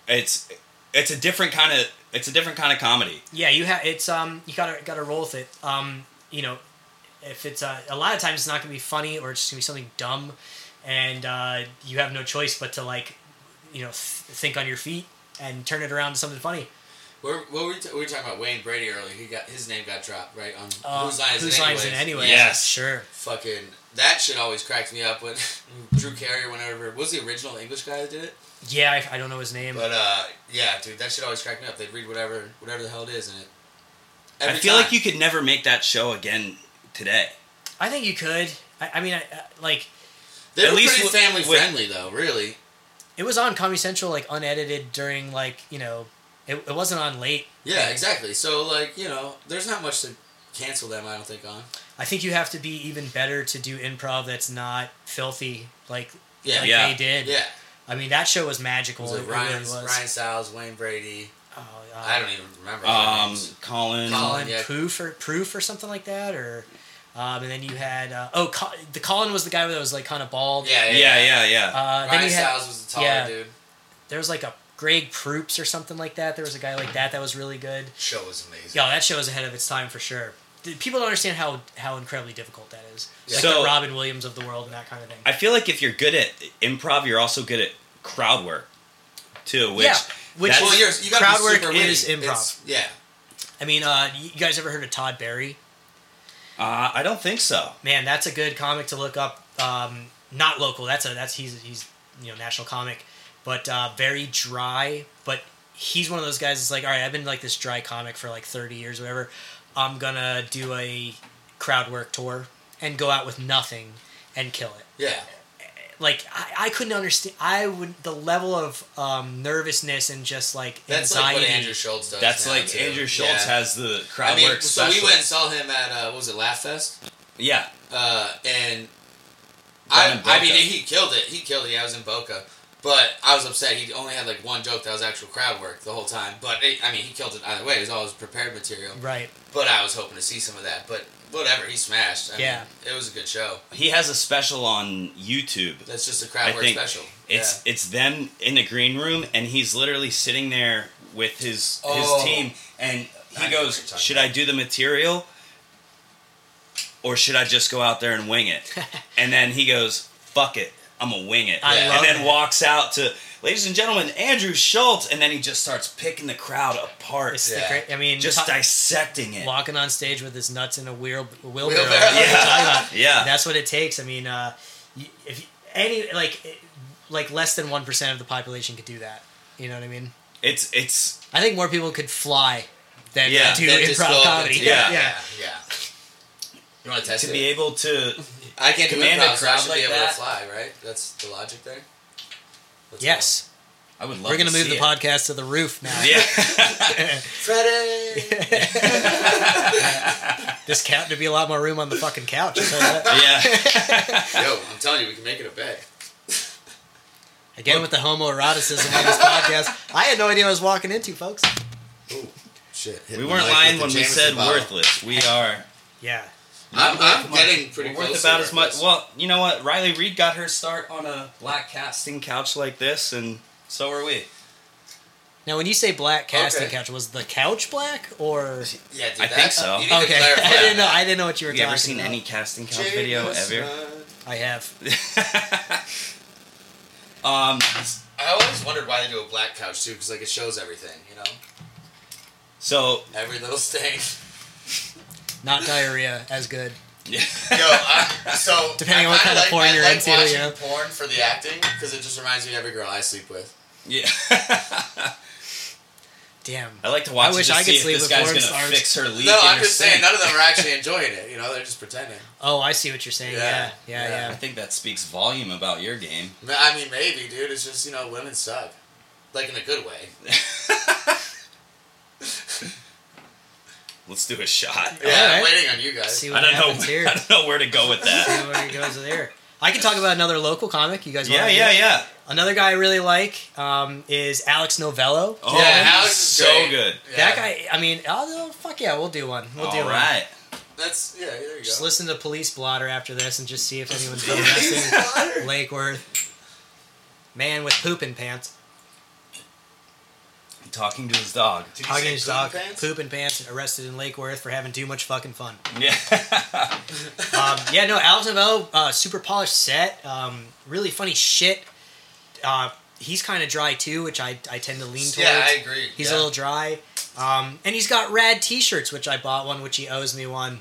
Speaker 2: it's it's a different kind of it's a different kind of comedy.
Speaker 3: Yeah, you have it's um you gotta gotta roll with it. Um, you know, if it's uh, a lot of times it's not gonna be funny or it's just gonna be something dumb, and uh, you have no choice but to like, you know, th- think on your feet and turn it around to something funny.
Speaker 4: We're, what were we, t- we were talking about Wayne Brady earlier. He got his name got dropped right on
Speaker 3: Um,
Speaker 4: whose line is
Speaker 3: whose
Speaker 4: it
Speaker 3: line is
Speaker 4: anyways?
Speaker 3: it anyway?
Speaker 2: Yes.
Speaker 3: sure.
Speaker 4: Fucking that shit always cracks me up when Drew Carey or whenever was the original English guy that did it.
Speaker 3: Yeah, I, I don't know his name.
Speaker 4: But uh, yeah, dude, that shit always cracked me up. They'd read whatever whatever the hell it is in it.
Speaker 2: I feel like you could never make that show again today.
Speaker 3: I think you could. I, I mean, I, I, like
Speaker 4: They're
Speaker 2: at least
Speaker 4: pretty
Speaker 2: with-
Speaker 4: family
Speaker 2: with-
Speaker 4: friendly though, really.
Speaker 3: it was on Comedy Central, like unedited during like you know, it, it wasn't on late.
Speaker 4: Yeah, exactly. So like you know, there's not much to cancel them. I don't think on.
Speaker 3: I think you have to be even better to do improv that's not filthy like
Speaker 4: Yeah,
Speaker 3: like
Speaker 4: yeah,
Speaker 2: Yeah.
Speaker 3: they did.
Speaker 4: yeah.
Speaker 3: I mean, that show was magical.
Speaker 4: Was
Speaker 3: It,
Speaker 4: it
Speaker 3: really
Speaker 4: Ryan,
Speaker 3: was.
Speaker 4: Ryan Styles, Wayne Brady?
Speaker 3: Oh, uh,
Speaker 4: I don't even remember. their
Speaker 2: Um,
Speaker 4: names.
Speaker 2: Colin,
Speaker 4: Colin.
Speaker 3: Colin
Speaker 4: yeah.
Speaker 3: Proof or Proof or something like that, or um, and then you had uh, oh Col- the Colin was the guy that was like kind of bald.
Speaker 4: Yeah, yeah.
Speaker 2: yeah, yeah, yeah.
Speaker 3: Uh, then
Speaker 4: Ryan
Speaker 3: you had
Speaker 4: Styles was the taller
Speaker 3: yeah.
Speaker 4: dude.
Speaker 3: there was like a Greg Proops or something like that. There was a guy like that that was really good.
Speaker 5: Show was amazing.
Speaker 3: Yeah, that show is ahead of its time for sure. Th- People don't understand how how incredibly difficult that is. Like
Speaker 2: So-
Speaker 3: the Robin Williams of the world and that kind of thing.
Speaker 2: I feel like if you're good at improv, you're also good at crowd work too. Which
Speaker 3: Yeah, which-
Speaker 2: that's-
Speaker 4: Well, yours, you gotta
Speaker 3: Crowd
Speaker 4: be
Speaker 3: work
Speaker 4: super witty.
Speaker 3: is improv.
Speaker 4: It's- yeah,
Speaker 3: I mean, uh, you you guys ever heard of Todd Berry?
Speaker 2: uh, I don't think so.
Speaker 3: Man, that's a good comic to look up. Um, not local. That's a that's he's he's you know national comic, but uh, very dry. But he's one of those guys. that's like all right, I've been like this dry comic for like thirty years, or whatever. I'm gonna do a crowd work tour and go out with nothing and kill it.
Speaker 4: yeah.
Speaker 3: like I, I couldn't understand I would the level of um, nervousness and just like
Speaker 4: That's
Speaker 3: anxiety.
Speaker 4: like what Andrew Schultz does.
Speaker 2: That's
Speaker 4: now,
Speaker 2: like
Speaker 4: too.
Speaker 2: Andrew Schultz
Speaker 4: yeah.
Speaker 2: has the crowd
Speaker 4: I mean,
Speaker 2: work.
Speaker 4: so we
Speaker 2: special.
Speaker 4: went and saw him at uh, what was it, Laugh Fest,
Speaker 2: Yeah,
Speaker 4: uh, and
Speaker 2: in
Speaker 4: I, I mean,
Speaker 2: Boca.
Speaker 4: he killed it. He killed it. Yeah, I was in Boca, but I was upset. He only had like one joke that was actual crowd work the whole time. But it, I mean, he killed it either way. It was all his prepared material.
Speaker 3: Right.
Speaker 4: But I was hoping to see some of that. But whatever, he smashed. I
Speaker 3: Yeah.
Speaker 4: mean, it was a good show.
Speaker 2: he has a special on YouTube.
Speaker 4: That's just a
Speaker 2: I
Speaker 4: crowd work
Speaker 2: think
Speaker 4: special.
Speaker 2: it's it's them in the green room, and he's literally sitting there with his
Speaker 4: Oh.
Speaker 2: his team, and
Speaker 5: I know what
Speaker 2: he
Speaker 5: you're
Speaker 2: goes,
Speaker 5: talking
Speaker 2: "Should
Speaker 5: about.
Speaker 2: I do the material, or should I just go out there and wing it?" and then he goes, "Fuck it, I'm gonna wing it,"
Speaker 3: I
Speaker 2: and
Speaker 3: love
Speaker 2: then
Speaker 3: it.
Speaker 2: walks out to. Ladies and gentlemen, Andrew Schultz, and then he just starts picking the crowd apart,
Speaker 3: It's
Speaker 4: Yeah.
Speaker 3: the cra- I mean
Speaker 2: just
Speaker 3: Todd-
Speaker 2: dissecting it.
Speaker 3: walking on stage with his nuts in a wheel wheelbarrow.
Speaker 4: Wheelbarrow.
Speaker 3: That's what I'm
Speaker 2: Yeah.
Speaker 3: talking about.
Speaker 2: Yeah,
Speaker 3: That's what it takes. I mean, uh, y- if you- any like it- like less than one percent of the population could do that. You know what I mean?
Speaker 2: it's it's
Speaker 3: I think more people could fly than uh,
Speaker 2: Yeah,
Speaker 3: do
Speaker 4: Then just go
Speaker 3: improv
Speaker 4: up
Speaker 3: comedy.
Speaker 4: and-
Speaker 2: Yeah.
Speaker 4: yeah, yeah. You want to test
Speaker 2: to
Speaker 4: it?
Speaker 2: be able to
Speaker 4: I can't do
Speaker 2: command a
Speaker 4: improv, so I
Speaker 2: crowd
Speaker 4: should
Speaker 2: like
Speaker 4: be able
Speaker 2: that.
Speaker 4: to fly, right? That's the logic there. Let's
Speaker 3: Yes,
Speaker 2: I would love.
Speaker 3: we're gonna
Speaker 2: to
Speaker 3: move
Speaker 2: see
Speaker 3: the
Speaker 2: it.
Speaker 3: podcast to the roof now.
Speaker 2: Yeah.
Speaker 4: go. Friday.
Speaker 3: This couch would be a lot more room on the fucking couch. uh, I tell you that.
Speaker 2: yeah.
Speaker 4: Yo, I'm telling you, we can make it a bet.
Speaker 3: Again with the homoeroticism on this podcast. I had no idea what I was walking into, folks.
Speaker 4: Shit. hit
Speaker 2: we
Speaker 4: the
Speaker 2: weren't
Speaker 4: mic
Speaker 2: lying
Speaker 4: with the
Speaker 2: when we
Speaker 4: Jameson
Speaker 2: said
Speaker 4: bottle.
Speaker 2: worthless. We are.
Speaker 3: Yeah.
Speaker 4: I'm, I'm getting pretty
Speaker 2: We're worth
Speaker 4: close.
Speaker 2: about
Speaker 4: to
Speaker 2: as much.
Speaker 4: worthless.
Speaker 2: Well, you know what? Riley Reed got her start on a black casting couch like this, and so are we.
Speaker 3: Now, when you say black casting
Speaker 4: Okay.
Speaker 3: couch, was the couch black or?
Speaker 4: yeah, dude,
Speaker 2: I
Speaker 4: that-
Speaker 2: think so.
Speaker 4: You need to
Speaker 3: Okay,
Speaker 4: clarify
Speaker 3: I didn't know.
Speaker 4: that.
Speaker 3: I didn't know what you were
Speaker 2: Have you
Speaker 3: talking
Speaker 2: ever seen
Speaker 3: about.
Speaker 2: any casting couch video ever?
Speaker 4: uh,
Speaker 3: I have.
Speaker 2: um,
Speaker 4: I always wondered why they do a black couch too, because like it shows everything, you know,
Speaker 2: so
Speaker 4: every little stain.
Speaker 3: Not diarrhea as good.
Speaker 4: Yo, I, so
Speaker 3: Depending on what
Speaker 4: I
Speaker 3: kind of
Speaker 4: like-
Speaker 3: porn
Speaker 4: I
Speaker 3: you're
Speaker 4: like
Speaker 3: into,
Speaker 4: watching
Speaker 3: yeah.
Speaker 4: porn for the acting because it just reminds me of every girl I sleep with.
Speaker 2: yeah.
Speaker 3: Damn.
Speaker 2: I like to watch.
Speaker 3: I wish
Speaker 2: it to
Speaker 3: I
Speaker 2: see
Speaker 3: could
Speaker 2: if
Speaker 3: sleep
Speaker 2: this
Speaker 3: with
Speaker 2: guy's
Speaker 3: porn
Speaker 2: gonna
Speaker 3: stars.
Speaker 2: fix her leak.
Speaker 4: No,
Speaker 2: in
Speaker 4: I'm
Speaker 2: her
Speaker 4: just saying
Speaker 2: sink.
Speaker 4: none of them are actually enjoying it. You know, they're just pretending.
Speaker 3: Oh, I see what you're saying. Yeah,
Speaker 4: Yeah,
Speaker 3: yeah, yeah.
Speaker 4: yeah.
Speaker 2: I think that speaks volume about your game.
Speaker 4: Ma- I mean, maybe, dude. It's just you know, women suck, like in a good way.
Speaker 2: Let's do a shot.
Speaker 4: Yeah,
Speaker 3: right.
Speaker 4: I'm waiting on you guys.
Speaker 3: See
Speaker 2: I
Speaker 3: what
Speaker 2: don't know.
Speaker 3: happens here.
Speaker 2: I don't know where to go with that.
Speaker 3: See where it goes there. I can talk about another local comic. You guys
Speaker 2: yeah,
Speaker 3: want?
Speaker 2: yeah, yeah.
Speaker 3: Another guy I really like um, is Alex Novello.
Speaker 2: Oh,
Speaker 4: Yeah,
Speaker 2: he's
Speaker 4: Alex is
Speaker 2: so
Speaker 4: great.
Speaker 2: good.
Speaker 4: Yeah.
Speaker 3: That guy. I mean, I'll, fuck yeah, we'll do one. We'll do
Speaker 2: All
Speaker 3: one.
Speaker 2: right.
Speaker 4: That's yeah. There you
Speaker 3: Just
Speaker 4: go.
Speaker 3: listen to Police Blotter after this and just see if anyone's been arrested. Lake Worth. Man with poop in pants.
Speaker 2: Talking to his dog.
Speaker 4: Did you
Speaker 3: Hugging
Speaker 4: say
Speaker 3: his
Speaker 4: poop
Speaker 3: dog.
Speaker 4: pants?
Speaker 3: Poop in pants arrested in Lake Worth for having too much fucking fun.
Speaker 2: Yeah.
Speaker 3: Um, yeah, no, Alex Novello, uh, super polished set. Um, really funny shit. Uh, he's kind of dry too, which I, I tend to lean towards.
Speaker 4: Yeah, I agree.
Speaker 3: He's a
Speaker 4: yeah.
Speaker 3: little dry. Um, and he's got rad T-shirts, which I bought one, which he owes me one.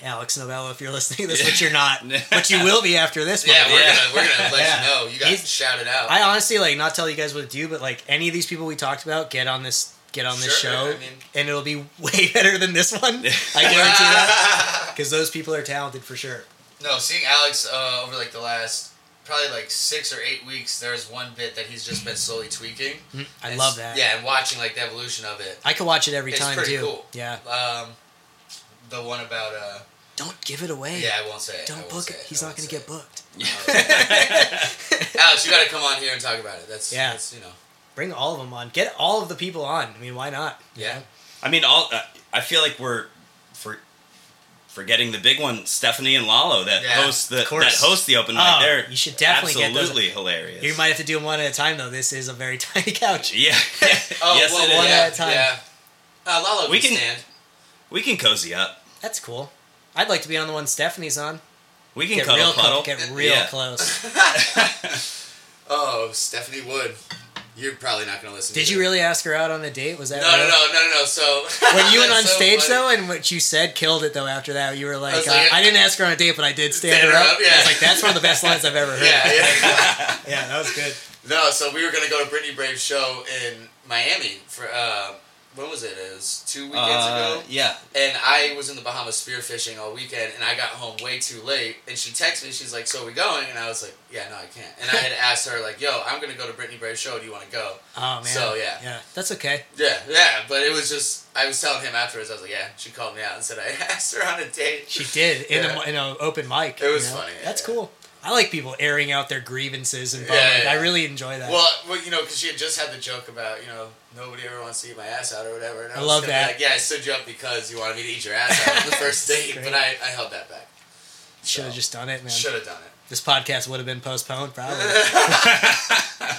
Speaker 3: Alex Novello, if you're listening to this, which you're not, but you will be after this.
Speaker 4: Yeah,
Speaker 3: motherfucker.
Speaker 4: we're
Speaker 5: Yeah.
Speaker 4: gonna we're gonna let
Speaker 3: Yeah.
Speaker 4: you know. You got
Speaker 3: He's-
Speaker 4: shouted out.
Speaker 3: I honestly like not tell you guys what to do, but like any of these people we talked about, get on this, get on this
Speaker 4: Sure,
Speaker 3: show,
Speaker 4: I mean-
Speaker 3: and it'll be way better than this one. I guarantee that because those people are talented for sure.
Speaker 4: No, seeing Alex uh, over like the last probably like six or eight weeks, there's one bit that he's just been slowly tweaking.
Speaker 3: Mm, I
Speaker 4: And
Speaker 3: love
Speaker 4: s-
Speaker 3: that.
Speaker 4: Yeah, and watching like the evolution of it.
Speaker 3: I could watch it every
Speaker 4: It's
Speaker 3: time
Speaker 4: pretty
Speaker 3: too.
Speaker 4: cool.
Speaker 3: Yeah,
Speaker 4: Um, the one about uh,
Speaker 3: don't give it away.
Speaker 4: yeah, I won't say it. I
Speaker 3: don't
Speaker 4: won't
Speaker 3: book
Speaker 4: say
Speaker 3: it. He's
Speaker 4: I
Speaker 3: not gonna
Speaker 4: won't say
Speaker 3: get booked.
Speaker 4: it. Alex, you got to come on here and talk about it. That's
Speaker 3: Yeah.
Speaker 4: yeah, that's, you know,
Speaker 3: Bring all of them on. Get all of the people on. I mean, why not? You
Speaker 4: yeah.
Speaker 3: know?
Speaker 2: I mean, all uh, I feel like we're for forgetting the big one, Stephanie and Lalo that
Speaker 4: Yeah,
Speaker 2: host the
Speaker 3: of course.
Speaker 2: that host the open
Speaker 3: Oh,
Speaker 2: mic. They're
Speaker 3: you should definitely get those-
Speaker 2: absolutely hilarious.
Speaker 3: You might have to do them one at a time though. This is a very tiny couch.
Speaker 2: yeah.
Speaker 4: Oh,
Speaker 2: yes,
Speaker 4: well,
Speaker 2: it is.
Speaker 4: one
Speaker 3: yeah.
Speaker 4: at a
Speaker 3: time.
Speaker 4: time. Yeah. Uh, Lalo
Speaker 2: We can-
Speaker 4: can, stand.
Speaker 2: We can cozy up.
Speaker 3: That's cool. I'd like to be on the one Stephanie's on.
Speaker 2: We can
Speaker 3: Get
Speaker 2: cuddle
Speaker 3: real,
Speaker 2: puddle.
Speaker 3: close. get real
Speaker 2: Yeah.
Speaker 3: close.
Speaker 4: Oh, Stephanie Wood. You're probably not gonna listen.
Speaker 3: Did
Speaker 4: to
Speaker 3: you
Speaker 4: it.
Speaker 3: really ask her out on a date? Was that
Speaker 4: No, no,
Speaker 3: real?
Speaker 4: no, no, no. no. So
Speaker 3: when you went on
Speaker 4: That's so
Speaker 3: stage
Speaker 4: funny.
Speaker 3: though, and what you said killed it though. After that, you were like, I,
Speaker 4: was
Speaker 3: uh,
Speaker 4: like-
Speaker 3: I didn't ask her on a date, but I did stand,
Speaker 4: Stand
Speaker 3: her
Speaker 4: her
Speaker 3: up.
Speaker 4: up, yeah.
Speaker 3: I was like, that's one of the best lines I've ever heard.
Speaker 4: Yeah, yeah.
Speaker 3: Yeah, that was good.
Speaker 4: No, so we were gonna go to Brittany Brave's show in Miami for uh, when was it? It was two weekends
Speaker 2: Uh,
Speaker 4: ago.
Speaker 2: yeah.
Speaker 4: And I was in the Bahamas spearfishing all weekend, and I got home way too late. And she texted me, she's like, "So are we going?" And I was like, "Yeah, no, I can't." And I had asked her like, "Yo, I'm gonna go to Brittany Brave's show. Do you want to go?"
Speaker 3: Oh man.
Speaker 4: So, yeah.
Speaker 3: yeah, that's okay.
Speaker 4: Yeah, yeah. But it was just I was telling him afterwards. I was like, "Yeah." She called me out and said I asked her on a date.
Speaker 3: She did in
Speaker 4: Yeah.
Speaker 3: a, in an open mic.
Speaker 4: It
Speaker 3: you
Speaker 4: was
Speaker 3: know?
Speaker 4: funny, yeah,
Speaker 3: That's
Speaker 4: yeah.
Speaker 3: cool. I like people airing out their grievances in public.
Speaker 4: Yeah, yeah,
Speaker 3: I
Speaker 4: yeah.
Speaker 3: really enjoy that.
Speaker 4: Well, well, you know, because she had just had the joke about you know nobody ever wants to eat my ass out or whatever. And I,
Speaker 3: I
Speaker 4: was
Speaker 3: love
Speaker 4: gonna be
Speaker 3: that.
Speaker 4: Like, yeah, I stood you up because you wanted me to eat your ass out on the first date,
Speaker 3: Great.
Speaker 4: but I, I held that back.
Speaker 3: Should have just done it, man.
Speaker 4: Should have done it.
Speaker 3: This podcast would have been postponed probably.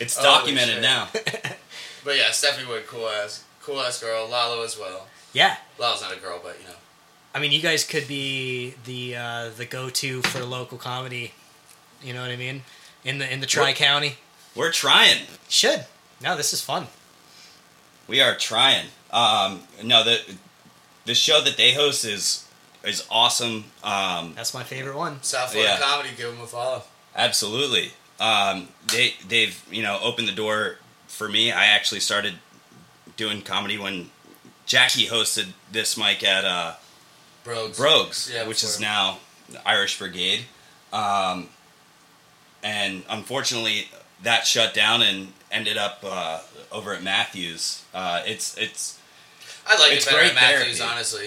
Speaker 2: It's
Speaker 4: Holy
Speaker 2: documented
Speaker 4: shit.
Speaker 2: now.
Speaker 4: But yeah, Stephanie Wood, cool ass, cool ass girl. Lalo as well.
Speaker 3: yeah.
Speaker 4: Lalo's not a girl, but you know.
Speaker 3: I mean, you guys could be the uh, the go to for local comedy. You know what I mean? In the in the tri county,
Speaker 2: We're trying.
Speaker 3: should. No, this is fun.
Speaker 2: We are trying. Um, no, the the show that they host is is awesome. Um,
Speaker 3: That's my favorite one.
Speaker 4: South Florida
Speaker 2: Yeah.
Speaker 4: comedy, give them a follow.
Speaker 2: Absolutely. Um, they they've you know opened the door for me. I actually started doing comedy when Jackie hosted this mic at uh,
Speaker 4: Brogues.
Speaker 2: Brogues,
Speaker 4: Yeah,
Speaker 2: which is
Speaker 4: before.
Speaker 2: now the Irish Brigade. Um, and unfortunately, that shut down and ended up uh, over at Matthews. Uh, it's it's
Speaker 4: I like
Speaker 2: It's
Speaker 4: it better
Speaker 2: great
Speaker 4: at Matthews,
Speaker 2: therapy.
Speaker 4: honestly.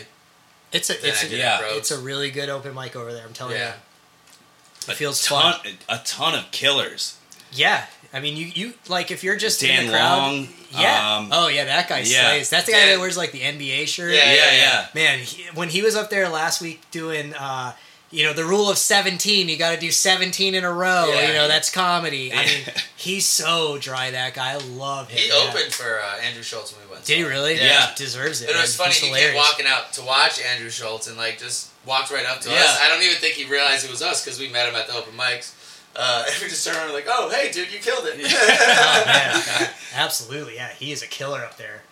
Speaker 3: It's a
Speaker 4: Than
Speaker 3: it's
Speaker 4: I
Speaker 3: a,
Speaker 4: did
Speaker 2: yeah,
Speaker 4: at Brogues.
Speaker 3: it's a really good open mic over there. I'm telling
Speaker 4: yeah.
Speaker 3: you, it feels
Speaker 2: ton,
Speaker 3: fun.
Speaker 2: a ton of killers.
Speaker 3: Yeah, I mean, you you like if you're just in
Speaker 2: Dan
Speaker 3: the crowd.
Speaker 2: Long.
Speaker 3: yeah.
Speaker 2: Um,
Speaker 3: oh yeah, that guy
Speaker 2: yeah.
Speaker 3: slays. That's the guy
Speaker 4: Dan-
Speaker 3: that wears like the NBA shirt.
Speaker 4: Yeah,
Speaker 2: yeah,
Speaker 4: yeah.
Speaker 2: yeah.
Speaker 3: Man, he, when he was up there last week doing, uh, you know, the rule of 17, you got to do 17 in a row.
Speaker 4: Yeah.
Speaker 3: you know, that's comedy. I mean,
Speaker 2: Yeah.
Speaker 3: he's so dry, that guy. I love him.
Speaker 4: He
Speaker 3: yeah.
Speaker 4: opened for uh, Andrew Schultz when we went.
Speaker 3: Did he really?
Speaker 4: Yeah.
Speaker 2: Yeah.
Speaker 3: Deserves it.
Speaker 4: It
Speaker 3: man.
Speaker 4: was funny.
Speaker 3: He's
Speaker 4: He
Speaker 3: hilarious.
Speaker 4: came walking out to watch Andrew Schultz and like just walked right up to
Speaker 2: Yeah.
Speaker 4: us. I don't even think he realized it was us because we met him at the open mics. Uh, and we just turned around and like, oh hey dude, you killed it.
Speaker 3: Oh, man. Absolutely, yeah. He is a killer up there.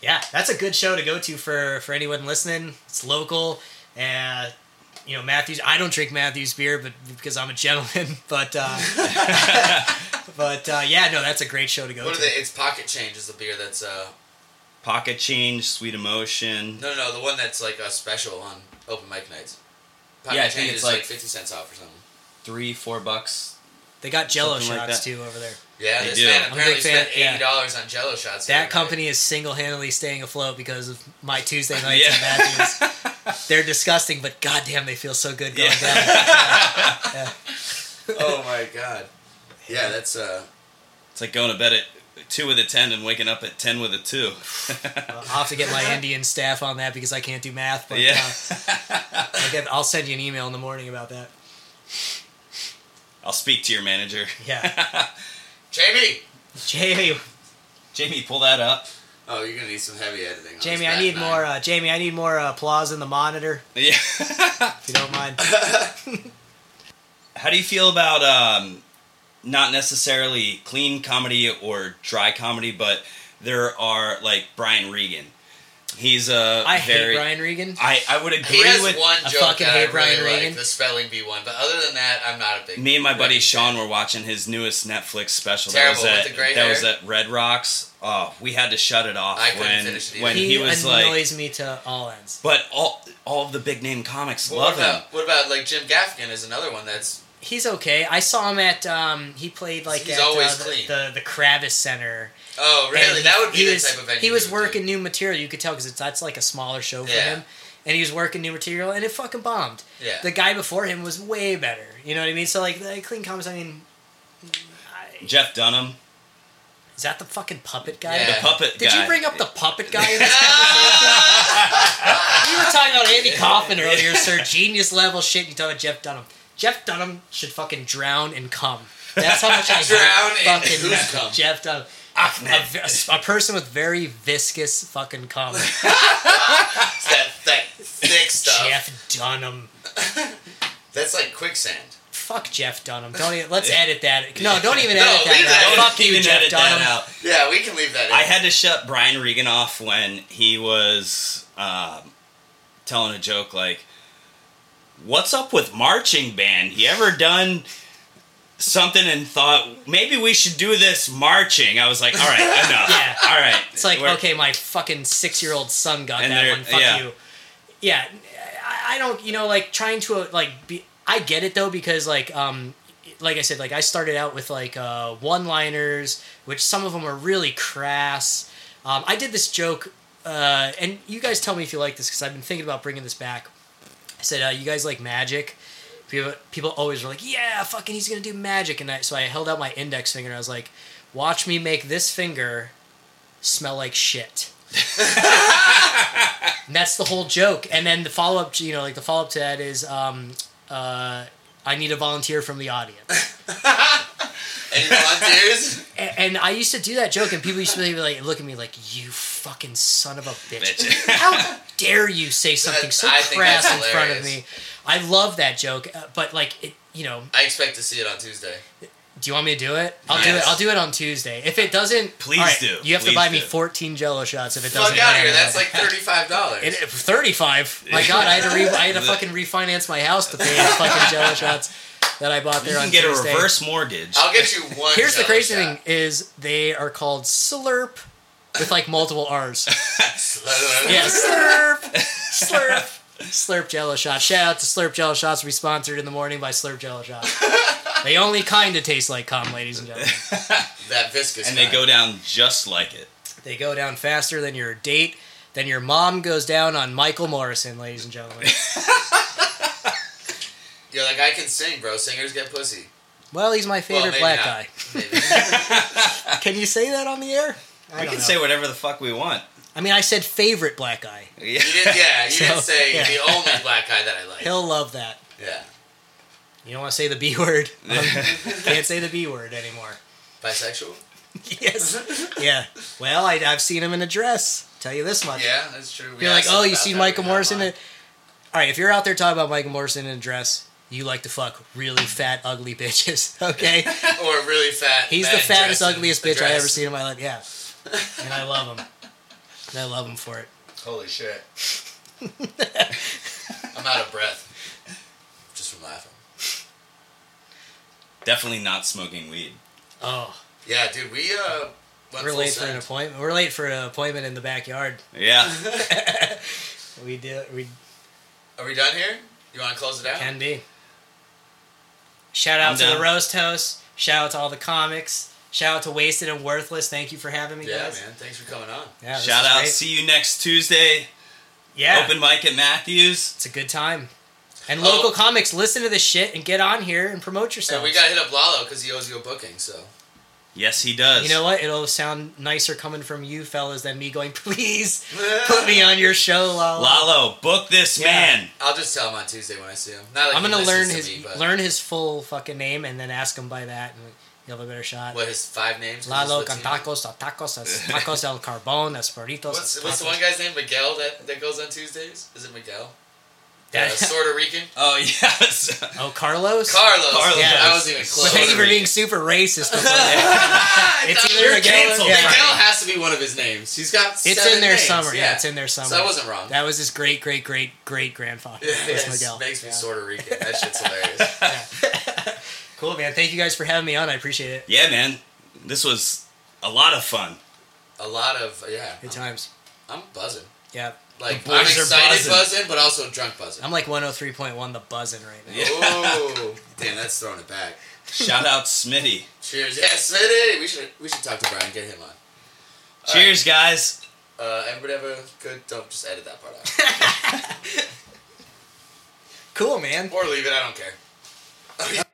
Speaker 3: Yeah, that's a good show to go to for for anyone listening. It's local, and you know Matthews. I don't drink Matthews beer, but because I'm a gentleman. But uh, but uh, yeah, no, that's a great show to go
Speaker 4: what are
Speaker 3: to.
Speaker 4: they? It's Pocket Change is the beer that's uh
Speaker 2: Pocket Change, Sweet Emotion.
Speaker 4: no no the one that's like a special on open mic nights. Pocket
Speaker 2: Yeah, I
Speaker 4: Change
Speaker 2: think it's
Speaker 4: is like,
Speaker 2: like-
Speaker 4: fifty cents off or something.
Speaker 2: Three four bucks
Speaker 3: They got Jello
Speaker 2: Something like
Speaker 3: shots
Speaker 2: that.
Speaker 3: too over there.
Speaker 4: Yeah,
Speaker 2: They
Speaker 4: this
Speaker 2: do.
Speaker 4: man
Speaker 2: I'm
Speaker 3: a
Speaker 4: apparently
Speaker 3: big fan,
Speaker 4: spent
Speaker 3: yeah.
Speaker 4: eighty dollars on Jello shots. the other
Speaker 3: That
Speaker 4: night.
Speaker 3: company is single handedly staying afloat because of my Tuesday nights
Speaker 2: Yeah.
Speaker 3: at Matthews. They're disgusting, but goddamn, they feel so good going
Speaker 2: Yeah.
Speaker 3: down.
Speaker 4: oh my god. Yeah, that's uh.
Speaker 2: It's like going to bed at two with a ten and waking up at ten with a two.
Speaker 3: I'll have to get my Indian staff on that because I can't do math. But
Speaker 2: yeah,
Speaker 3: uh, I'll get- I'll send you an email in the morning about that.
Speaker 2: I'll speak to your manager.
Speaker 3: Yeah.
Speaker 4: Jamie.
Speaker 3: Jamie,
Speaker 2: Jamie, pull that up.
Speaker 4: Oh, you're gonna need some heavy editing. on this
Speaker 3: Jamie, I
Speaker 4: back
Speaker 3: need
Speaker 4: nine.
Speaker 3: more. Uh, Jamie, I need more uh, applause in the monitor,
Speaker 2: Yeah.
Speaker 3: if you don't mind.
Speaker 2: How do you feel about um, not necessarily clean comedy or dry comedy, but there are like Brian Regan. He's a
Speaker 3: I
Speaker 2: very
Speaker 3: hate Brian Regan.
Speaker 2: I I would
Speaker 4: He
Speaker 2: agree
Speaker 4: has
Speaker 2: with
Speaker 4: one
Speaker 3: I
Speaker 4: joke
Speaker 3: fucking
Speaker 4: that
Speaker 3: hate
Speaker 4: I
Speaker 3: Brian
Speaker 4: really
Speaker 3: Reagan.
Speaker 4: like, the spelling bee one. But other than that, I'm not a big.
Speaker 2: me and my buddy
Speaker 4: Reagan
Speaker 2: Sean
Speaker 4: fan.
Speaker 2: were watching his newest Netflix special. that was
Speaker 4: Terrible with
Speaker 2: at,
Speaker 4: the gray
Speaker 2: that was
Speaker 4: hair.
Speaker 2: at Red Rocks. Oh, we had to shut it off
Speaker 4: I couldn't
Speaker 2: when
Speaker 4: finish it either.
Speaker 2: when
Speaker 3: he,
Speaker 2: he, was like.
Speaker 3: annoys me to all ends.
Speaker 2: But all all of the big name comics
Speaker 4: Well,
Speaker 2: love
Speaker 4: what
Speaker 2: him.
Speaker 4: about, What about like Jim Gaffigan is another one that's
Speaker 3: He's okay. I saw him at um, he played like
Speaker 4: He's
Speaker 3: at, uh,
Speaker 4: always
Speaker 3: the,
Speaker 4: clean.
Speaker 3: the the Kravis Center.
Speaker 4: oh
Speaker 3: And
Speaker 4: really
Speaker 3: he-
Speaker 4: that would
Speaker 3: he
Speaker 4: be the
Speaker 3: was-
Speaker 4: type of venue
Speaker 3: He
Speaker 4: you
Speaker 3: was
Speaker 4: would
Speaker 3: working
Speaker 4: do.
Speaker 3: new material. You could tell because that's like a smaller show for
Speaker 4: Yeah.
Speaker 3: him, and he was working new material, and it fucking bombed.
Speaker 4: Yeah.
Speaker 3: The guy before him was way better. You know what I mean? So like the clean comics. I mean,
Speaker 2: Jeff Dunham,
Speaker 3: is that the fucking puppet guy?
Speaker 4: Yeah.
Speaker 2: the puppet
Speaker 3: Did
Speaker 2: guy.
Speaker 3: you bring up the puppet guy? In this conversation? you were talking about Andy Kaufman earlier, sir. Genius level shit. You talking about Jeff Dunham? Jeff Dunham should fucking drown and come. That's how much I
Speaker 4: Drown
Speaker 3: hate
Speaker 4: and
Speaker 3: fucking
Speaker 4: who's cum?
Speaker 3: Jeff Dunham. A, a- a person with very viscous fucking cum.
Speaker 4: It's that thick, thick stuff.
Speaker 3: Jeff Dunham.
Speaker 4: That's like quicksand.
Speaker 3: Fuck Jeff Dunham. Don't even, let's edit that. No, don't even
Speaker 4: No,
Speaker 3: edit
Speaker 4: leave
Speaker 3: that.
Speaker 4: that
Speaker 3: out.
Speaker 4: in.
Speaker 3: Fuck you,
Speaker 2: Even
Speaker 3: Jeff
Speaker 2: edit that
Speaker 3: Dunham.
Speaker 2: out.
Speaker 4: Yeah, we can leave that in.
Speaker 2: I had to shut Brian Regan off when he was um, telling a joke like, "What's up with marching band? You ever done something and thought maybe we should do this marching?" I was like, "All right, enough.
Speaker 3: Yeah.
Speaker 2: All right."
Speaker 3: It's like,
Speaker 2: We're-
Speaker 3: okay, my fucking six year old son got
Speaker 2: And
Speaker 3: that
Speaker 2: they're-
Speaker 3: one. Fuck
Speaker 2: yeah.
Speaker 3: you. Yeah, I, I don't. You know, like trying to uh, like be. I get it though because like um, like I said, like I started out with like uh one liners, which some of them are really crass. Um, I did this joke, uh, and you guys tell me if you like this because I've been thinking about bringing this back. I said, uh, "You guys like magic?" People, people always were like, "Yeah, fucking, he's gonna do magic." And I, so I held out my index finger and I was like, "Watch me make this finger smell like shit." and that's the whole joke. And then the follow up, you know, like the follow up to that is, um, uh, "I need a volunteer from the audience."
Speaker 4: Any volunteers?
Speaker 3: A- and I used to do that joke, and people used to be like, look at me like, "You fucking son of a bitch!
Speaker 2: Bitch.
Speaker 3: How dare you say something so
Speaker 4: I think that's
Speaker 3: crass in front of
Speaker 4: hilarious.
Speaker 3: me?" I love that joke, uh, but like, it, you know,
Speaker 4: I expect to see it on Tuesday.
Speaker 3: Do you want me to do it? I'll do it.
Speaker 2: Yes.
Speaker 3: I'll do it on Tuesday. If it doesn't,
Speaker 2: Please
Speaker 3: all right,
Speaker 2: do.
Speaker 3: You have to
Speaker 2: Please
Speaker 3: buy
Speaker 2: do.
Speaker 3: me fourteen Jello shots if it doesn't.
Speaker 4: Fuck out of
Speaker 3: matter.
Speaker 4: here. That's like thirty-five dollars.
Speaker 3: It- it- thirty-five. My God, I had to re- I had to fucking refinance my house to pay the fucking Jello shots that I bought there
Speaker 2: you
Speaker 3: on
Speaker 2: can get
Speaker 3: Tuesday.
Speaker 2: a reverse mortgage.
Speaker 4: I'll get you one.
Speaker 3: Here's the
Speaker 4: Jello
Speaker 3: crazy
Speaker 4: shot.
Speaker 3: thing: is they are called slurp with like multiple R's. Yeah, slurp, slurp, slurp Jello shot. Shout out to Slurp Jello shots. We sponsored in the morning by Slurp Jello shots. They only kind of taste like cum, ladies and gentlemen.
Speaker 4: That viscous.
Speaker 2: and they
Speaker 4: kind.
Speaker 2: go down just like it.
Speaker 3: They go down faster than your date, than your mom goes down on Michael Morrison, ladies and gentlemen.
Speaker 4: You're like, I can sing, bro. Singers get pussy.
Speaker 3: well, he's my
Speaker 4: Well,
Speaker 3: favorite
Speaker 4: maybe
Speaker 3: black
Speaker 4: not.
Speaker 3: guy.
Speaker 4: Maybe.
Speaker 3: Can you say that on the air? I
Speaker 2: we
Speaker 3: don't
Speaker 2: can
Speaker 3: know.
Speaker 2: say whatever the fuck we want.
Speaker 3: I mean, I said favorite black guy.
Speaker 2: Yeah.
Speaker 4: You didn't, yeah, you didn't
Speaker 3: So,
Speaker 4: say
Speaker 3: yeah.
Speaker 4: the only black guy that I like.
Speaker 3: He'll love that.
Speaker 4: Yeah,
Speaker 3: You don't want to say the B word. Um, can't say the B word anymore.
Speaker 4: bisexual.
Speaker 3: Yes. Yeah. Well, I, I've seen him in a dress. Tell you this much.
Speaker 4: Yeah, that's true. We
Speaker 3: You're like,
Speaker 4: asked
Speaker 3: oh, you
Speaker 4: about
Speaker 3: see
Speaker 4: that.
Speaker 3: Michael
Speaker 4: We got
Speaker 3: Morrison?
Speaker 4: mine.
Speaker 3: In... All right, if you're out there talking about Michael Morrison in a dress, you like to fuck really fat, ugly bitches, okay?
Speaker 4: or really fat.
Speaker 3: He's
Speaker 4: man
Speaker 3: the fattest,
Speaker 4: dressed in
Speaker 3: ugliest
Speaker 4: a
Speaker 3: bitch I
Speaker 4: dress.
Speaker 3: ever seen in my life. Yeah, and I love him. And I love him for it.
Speaker 4: Holy shit! I'm out of breath just from laughing.
Speaker 2: Definitely not smoking weed.
Speaker 3: Oh,
Speaker 4: Yeah, dude, we uh went
Speaker 3: we're
Speaker 4: full
Speaker 3: late for an
Speaker 4: send.
Speaker 3: appointment. We're late for an appointment in the backyard.
Speaker 2: Yeah.
Speaker 3: We do. We
Speaker 4: Are we done here? You want to close it out?
Speaker 3: can be. Shout out
Speaker 2: I'm
Speaker 3: to the
Speaker 2: down.
Speaker 3: roast host. Shout out to all the comics. Shout out to Wasted and Worthless. Thank you for having me,
Speaker 4: yeah,
Speaker 3: guys.
Speaker 4: man. Thanks for coming on.
Speaker 3: Yeah, this
Speaker 2: Shout
Speaker 3: is
Speaker 2: out.
Speaker 3: great.
Speaker 2: See you next Tuesday.
Speaker 3: Yeah,
Speaker 2: Open mic at Matthews.
Speaker 3: it's a good time. And
Speaker 4: Oh.
Speaker 3: local comics, listen to this shit and get on here and promote
Speaker 4: And
Speaker 3: yourselves.
Speaker 4: we got to hit up Lalo because he owes you a booking. So
Speaker 2: Yes, he does.
Speaker 3: You know what? It'll sound nicer coming from you fellas than me going, please put me on your show, Lala.
Speaker 2: Lalo, book this
Speaker 3: uh, Yeah.
Speaker 2: man.
Speaker 4: I'll just tell him on Tuesday when I see him. Not like
Speaker 3: I'm
Speaker 4: he
Speaker 3: gonna learn
Speaker 4: listens to
Speaker 3: his
Speaker 4: me, but
Speaker 3: learn his full fucking name and then ask him by that and you'll have a better shot.
Speaker 4: what his five names. 'Cause
Speaker 3: Lalo
Speaker 4: he's
Speaker 3: con
Speaker 4: Latino.
Speaker 3: tacos, a tacos, as tacos el carbón, as burritos.
Speaker 4: What's,
Speaker 3: as
Speaker 4: what's the
Speaker 3: tacos.
Speaker 4: one guy's name? Miguel that, that goes on Tuesdays? Is it Miguel?
Speaker 3: Yeah.
Speaker 4: Yeah, Puerto Rican.
Speaker 2: Oh yes.
Speaker 3: Oh, Carlos.
Speaker 4: Carlos.
Speaker 2: Carlos.
Speaker 4: Yeah,
Speaker 3: Yeah.
Speaker 4: I wasn't even
Speaker 3: But
Speaker 4: close.
Speaker 3: thank you for
Speaker 2: Puerto
Speaker 3: being super racist. before that.
Speaker 4: Ah,
Speaker 3: it's
Speaker 4: I thought-
Speaker 3: either
Speaker 2: You're
Speaker 3: Miguel.
Speaker 2: canceled,
Speaker 3: yeah.
Speaker 4: Miguel has to be be one of his names. He's got.
Speaker 3: It's
Speaker 4: seven
Speaker 3: in their
Speaker 4: names.
Speaker 3: summer. Yeah. it's in their summer.
Speaker 4: So I wasn't wrong.
Speaker 3: That was his great great great great grandfather.
Speaker 4: yeah,
Speaker 3: was
Speaker 4: it
Speaker 3: Miguel.
Speaker 4: makes me
Speaker 3: Yeah.
Speaker 4: sort of Rican. That shit's hilarious.
Speaker 3: Cool, man. Thank you guys for having me on. I appreciate it.
Speaker 2: Yeah, man. This was a lot of fun.
Speaker 4: A lot of yeah.
Speaker 3: Good times.
Speaker 4: I'm buzzing.
Speaker 3: Yeah.
Speaker 4: Like
Speaker 2: The
Speaker 4: I'm
Speaker 2: boys are
Speaker 4: excited
Speaker 2: buzzing.
Speaker 4: buzzing. but also drunk buzzing.
Speaker 3: I'm like 103.1 the buzzing right now.
Speaker 4: Oh, damn, that's throwing it back.
Speaker 2: Shout out Smitty.
Speaker 4: Cheers, yeah, Smitty. We should we should talk to Brian, get him on.
Speaker 2: Cheers, guys.
Speaker 4: Uh, everybody have a good. Don't just edit that part out
Speaker 3: Cool, man.
Speaker 4: or leave it. I don't care.